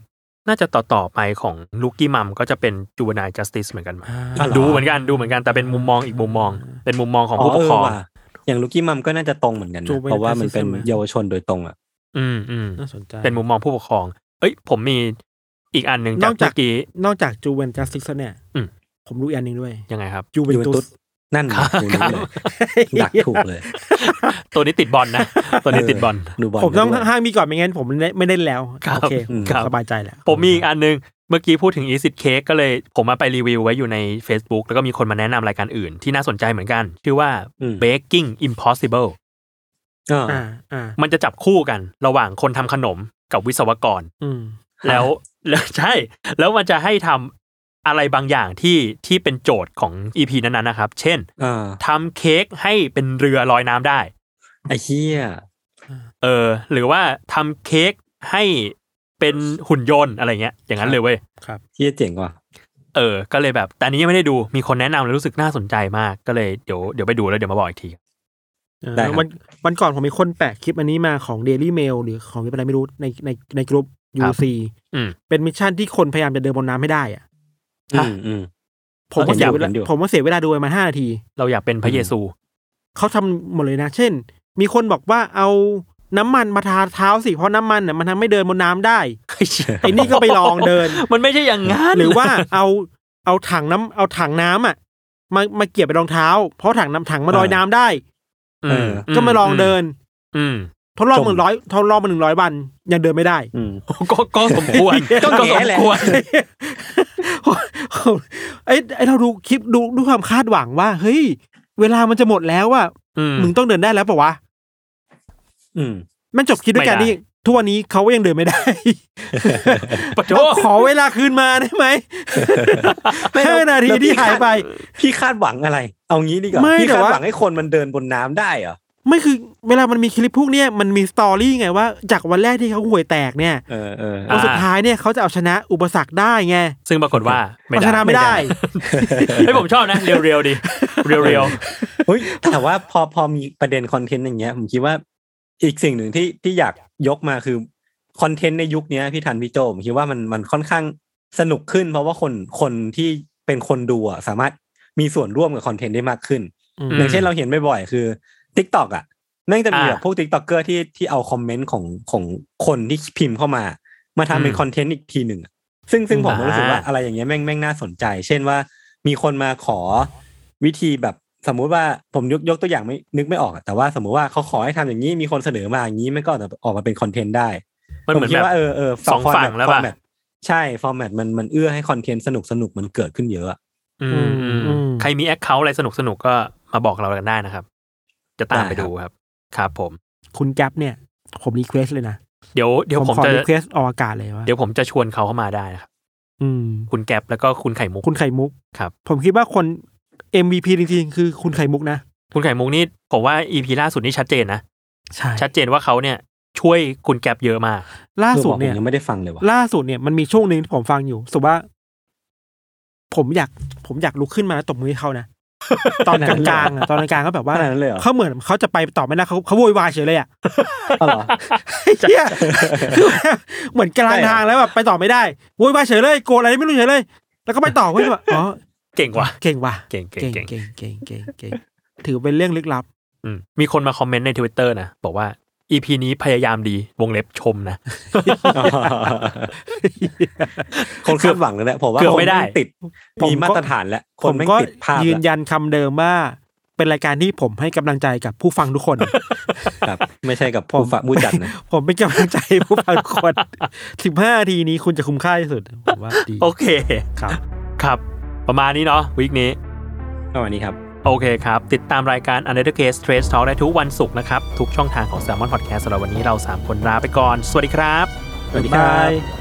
Speaker 3: น่าจะต่อต่อๆไปของลูกี้มัมก็จะเป็นจูวนายจัสติสเหมือนกันมั้ย
Speaker 2: อ่า
Speaker 1: อ่ะเหรอ
Speaker 3: ดูเหมือนกันดูเหมือนกันแต่เป็นมุมมองอีกมุมมอง เป็นมุมมองของผู้ปกครอง
Speaker 1: เว่ะอย่างลูกี้มัมก็น่าจะตรงเหมือนกันนะเพราะว่ามันเป็นเยาวชนโดยตรงอ่ะ
Speaker 3: อืมอืม
Speaker 2: น่าสนใจ
Speaker 3: เป็นมุมมองผู้ปกครอง เอ้ย ผมมีอีกอันหนึ่ง
Speaker 2: น
Speaker 3: จาก
Speaker 2: อกจาก
Speaker 3: เมื่อกี้
Speaker 2: นอกจากจูเวนจัสติสเนี่ย
Speaker 3: อืม
Speaker 2: ผมรู้อีกอันหนึ่งด้วย
Speaker 3: ยังไงครับ
Speaker 2: จูเวนตุส
Speaker 1: Juventus นั่น
Speaker 3: ครับ
Speaker 1: ดูนี้เลย [LAUGHS] ดักถูกเลย
Speaker 3: [LAUGHS] ตัวนี้ติดบอลนะ ตัวนี้ติดบอล
Speaker 1: ดูบอล
Speaker 2: ผมต้อง
Speaker 1: ด้วย
Speaker 2: ห้ามมีก่อนไม่งั้นผมไม่ได้ไม่เล่นแล้ว
Speaker 3: ครับ
Speaker 2: โอเค
Speaker 1: อืม
Speaker 2: ผ
Speaker 3: ครั
Speaker 2: ม
Speaker 3: บ
Speaker 2: สบายใจแล้ว
Speaker 3: ผมมีอีกอันนึง เมื่อกี้พูดถึง Easy Cake ก็เลยผมมาไปรีวิวไว้อยู่ใน Facebook แล้วก็มีคนมาแนะนำรายการอื่นที่น่าสนใจเหมือนกัน ชื่อว่า
Speaker 1: อืม
Speaker 3: Baking Impossible
Speaker 1: อ่า
Speaker 2: อ่าอ่า
Speaker 3: มันจะจับคู่กันระหว่างคนทำขนมกับวิศวกร
Speaker 2: อืม
Speaker 3: แล้ว [LAUGHS] แล้วใช่ แล้วมันจะให้ทำอะไรบางอย่างที่ที่เป็นโจทย์ของ EP นั้นๆนะครับ เช่น
Speaker 1: อ่า
Speaker 3: ทำเค้กให้เป็นเรือลอยน้ำได้
Speaker 1: ไอ้เหี้ย
Speaker 3: เออ หรือว่าทำเค้กให้เป็นหุ่นยนต์อะไรเงี้ย อย่างนั้นเลยเว้ย
Speaker 1: เหี้ยเจ๋งว่ะ
Speaker 3: เออ ก็เลยแบบ แต่อันนี้ยังไม่ได้ดู มีคนแนะนำแล้วรู้สึกน่าสนใจมาก ก็เลยเดี๋ยวเดี๋ยวไปดูแล้วเดี๋ยวมาบอกอีกที
Speaker 2: เออ
Speaker 1: ได้ครับ
Speaker 2: วันวันก่อนผมมีคนแปะคลิปอันนี้มาของ Daily Mail หรือของเว็บอะไรไม่รู้ในในในกลุ่ม
Speaker 3: ครับ
Speaker 2: UC
Speaker 3: อืม
Speaker 2: เป็นมิชชั่นที่คนพยายามจะเดินบนน้ำให้ได้อะ
Speaker 1: อื
Speaker 3: ฮะ
Speaker 1: มอืม
Speaker 2: ผมว่า
Speaker 1: เห็นอยู่
Speaker 2: เสียเวลา
Speaker 1: เห็นอยู่
Speaker 2: ผมว่าเสียเวลาดูประมาณห้านาที
Speaker 3: เราอยากเป็นพระเยซู
Speaker 2: เขาทำหมดเลยนะ เช่น มีคนบอกว่าเอาน้ำมันมาทาเท้าสิเพราะน้ำมันน่ะมันทำให้เดินบนน้ำได้ ไอ้นี่ก็ไปลองเดิน
Speaker 3: มันไม่ใช่อย่างงั้น
Speaker 2: หรือว่าเอาเอาถังน้ำเอาถังน้ำอ่ะมามาเกี่ยวไปนรองเท้า เพราะถังน้ำถังมาลอยน้ำได้
Speaker 3: อืม
Speaker 2: ก็มาลองเดิน
Speaker 3: อืม
Speaker 2: ทดลอง
Speaker 1: จม
Speaker 2: มาร้อยทดลองมาหนึ่งร้อยวันยังเดินไม่ได้ [LAUGHS]
Speaker 1: อืม
Speaker 3: ก็ก็สมควร [LAUGHS] ก็ก็สมควร
Speaker 2: ไอ้ไอ้เราดูคลิปดูด้วยความคาดหวังว่า เฮ้ย เวลามันจะหมดแล้วอ่ะ
Speaker 3: อืม
Speaker 2: มึงต้องเดินได้แล้วปะวะ
Speaker 1: อืม
Speaker 2: แม่งจบคลิปด้วยกัน
Speaker 3: ไม่ได้
Speaker 2: นี่ทุกวันนี้เขาก็ยังเดินไม่ได้
Speaker 3: ป [LAUGHS] ะโถ
Speaker 2: ขอเวลาคืนมาได้ไหม
Speaker 1: ไม่
Speaker 2: [LAUGHS] ห้านาทีที่หายไป
Speaker 1: พี่คาดหวังอะไร เอางี้ดีกว่า
Speaker 2: ไม่
Speaker 1: พี่
Speaker 2: แต่
Speaker 1: คาด
Speaker 2: ว่า
Speaker 1: หวังให้คนมันเดินบนน้ำได้เหรอ
Speaker 2: ไม่คือ เวลามันมีคลิปพวกเนี้ยมันมีสตอรี่ไงว่า จากวันแรกที่เขาห่วยแตกเนี่ย
Speaker 1: เออเออ
Speaker 2: วันสุดท้ายเนี่ยเขาจะเอาชนะอุปสรรคได้ไง
Speaker 3: ซึ่งปรากฏว่าไม่
Speaker 2: เอาช
Speaker 3: ได้
Speaker 2: นะไม่ได้
Speaker 3: เฮ้ยผมชอบนะ เรียวๆดิเรียว
Speaker 1: เฮ้ยแต่ว่าพอพอมีประเด็นคอนเทนต์อย่างเงี้ยผมคิดว่า อีกสิ่งหนึ่งที่ที่อยากยกมาคือคอนเทนต์ในยุคเนี้ยพี่ทันพี่โจผมคิดว่ามันมันค่อนข้างสนุกขึ้น เพราะว่าคนคนที่เป็นคนดูอ่ะสามารถมีส่วนร่วมกับคอนเทนต์ได้มากขึ้น
Speaker 2: อืม
Speaker 1: อย่างเช่นเราเห็นบ่อยๆ คือ t ิ k t o k อ่ะแม่งจะมีแบบพวก t ิ k t o k เกอร์ที่ที่เอาคอมเมนต์ของของคนที่พิมพ์เข้ามา มาทำเป็นคอนเทนต์อีกทีหนึ่งอะซึ่งซึ่งผมก็รู้สึกว่าอะไรอย่างเงี้ยแม่งแม่งน่าสนใจ เช่นว่ามีคนมาขอวิธีแบบสมมุติว่าผมยกยกตัวอย่างไม่นึกไม่ออกอะแต่ว่าสมมุติว่าเขาขอให้ทำอย่างนี้มีคนเสนอมาอย่างนี้ไม่ก็ออกออกมาเป็นคอนเทนต์ได้
Speaker 3: ๆมันเหมือน
Speaker 1: ผคิ
Speaker 3: แบ
Speaker 1: ด
Speaker 3: บ
Speaker 1: ว่าเออเออ
Speaker 3: สองฝั่งแล้วป่ะ
Speaker 1: ฟอร์มตใช่ฟอร์แมตมันมันเอื้อให้คอนเทนต์สนุกสนุกมันเกิดขึ้นเยอะอะ
Speaker 3: อืมอืม
Speaker 2: อืม
Speaker 3: ใครมีแอคเคาท์อะไรสนุกสนุกๆก็มาบอกเรากันได้นะครับ จะตามไป
Speaker 1: ได้ครับ
Speaker 3: ดูครับ ครับผม
Speaker 2: คุณแก๊ปเนี่ย ผมรีเควสเลยนะ
Speaker 3: เดี๋ยวเดี๋ยวผม
Speaker 2: ขอ
Speaker 3: จะ
Speaker 2: รีเควสออกอากาศเลยว่า
Speaker 3: เดี๋ยวผมจะชวนเขาเข้ามาได้นะครับ
Speaker 2: อืม
Speaker 3: คุณแก๊ปแล้วก็คุณไข่มุก
Speaker 2: คุณไข่มุก
Speaker 3: ครับ
Speaker 2: ผมคิดว่าคน MVP จริงๆคือคุณไข่มุกนะ
Speaker 3: คุณไข่มุกนี่ผมว่าอีพีล่าสุดนี่ชัดเจนนะ
Speaker 2: ใช่
Speaker 3: ชัดเจนว่าเขาเนี่ย ช่วยคุณแก๊ปเยอะมาก
Speaker 2: ล่าสุดเนี่ย
Speaker 1: ผมยังไม่ได้ฟังเลยว่ะ
Speaker 2: ล่าสุดเนี่ยมันมีช่วงหนึ่งที่ผมฟังอยู่สมมุติว่า ผมอยาก ผมอยากลุกขึ้นมาแล้วตบมือให้เขา
Speaker 1: [LAUGHS]
Speaker 2: นะ ตอนกลางๆอะตอนกลางๆก็แบบว่า
Speaker 1: ขนาดนั้นเลยเหรอ
Speaker 2: เหมือนเขาจะไปต่อไม่ได้เขาเขาโวยวายเฉย
Speaker 1: [LAUGHS]
Speaker 2: เลยอ่ะ
Speaker 1: อ๋อ
Speaker 2: [LAUGHS]
Speaker 1: เหรอ
Speaker 2: เหี้ยคือแบบ [LAUGHS] เหมือนกลางทางแล้วแบบไปต่อไม่ได้โวยวายเฉยเลยโกรธอะไรไม่รู้เฉยเลย แล้วก็ไปต่อเว้ยแบบอ๋อ
Speaker 3: เก่งว่ะ
Speaker 2: เก่งว่ะ
Speaker 3: เก่งเก่งเก่
Speaker 2: เก่
Speaker 3: ง
Speaker 2: งเก่งเก่งเก่งเก่งถือเป็นเรื่องลึกลับ
Speaker 3: อืมมีคนมาคอมเมนต์ในทวิตเตอร์นะ บอกว่าอีพีนี้พยายามดีวงเล็บชมนะ
Speaker 1: คนคาดหวังแล้วแหละผมว่า
Speaker 3: เกือบไม่ได้
Speaker 1: คนแงติด
Speaker 2: ผม
Speaker 1: มี
Speaker 2: ก็
Speaker 1: มาตรฐานแล้วค
Speaker 2: ผ
Speaker 1: น
Speaker 2: ม
Speaker 1: ไม่ง
Speaker 2: ก็
Speaker 1: ติดภาพ
Speaker 2: ยืน
Speaker 1: แล้ว
Speaker 2: ยันคำเดิมว่าเป็นรายการที่ผมให้กำลังใจกับผู้ฟังทุกคน
Speaker 1: ครับ ไม่ใช่กับผู้
Speaker 2: ผม
Speaker 1: ฝักผู้จัดนะ
Speaker 2: ผมเป็นกำลังใจให้ผู้ฟังทุกคน [LAUGHS] 15นาทีนี้คุณจะคุ้มค่าที่สุดผมว่าดี
Speaker 3: โอเค
Speaker 2: ครับ
Speaker 3: ครับ ประมาณนี้เนาะวีคนี้
Speaker 1: เอาวันนี้ครับ
Speaker 3: โอเคครับ ติดตามรายการ u n d e r Case Trace Talk ได้ทุกวันศุกร์นะครับ ทุกช่องทางของ s ซ l m o n Podcast สำหรับวันนี้เรา 3 คนลาไปก่อน สวัสดีครับ
Speaker 1: สวัสดีครับ
Speaker 2: บ๊ายบาย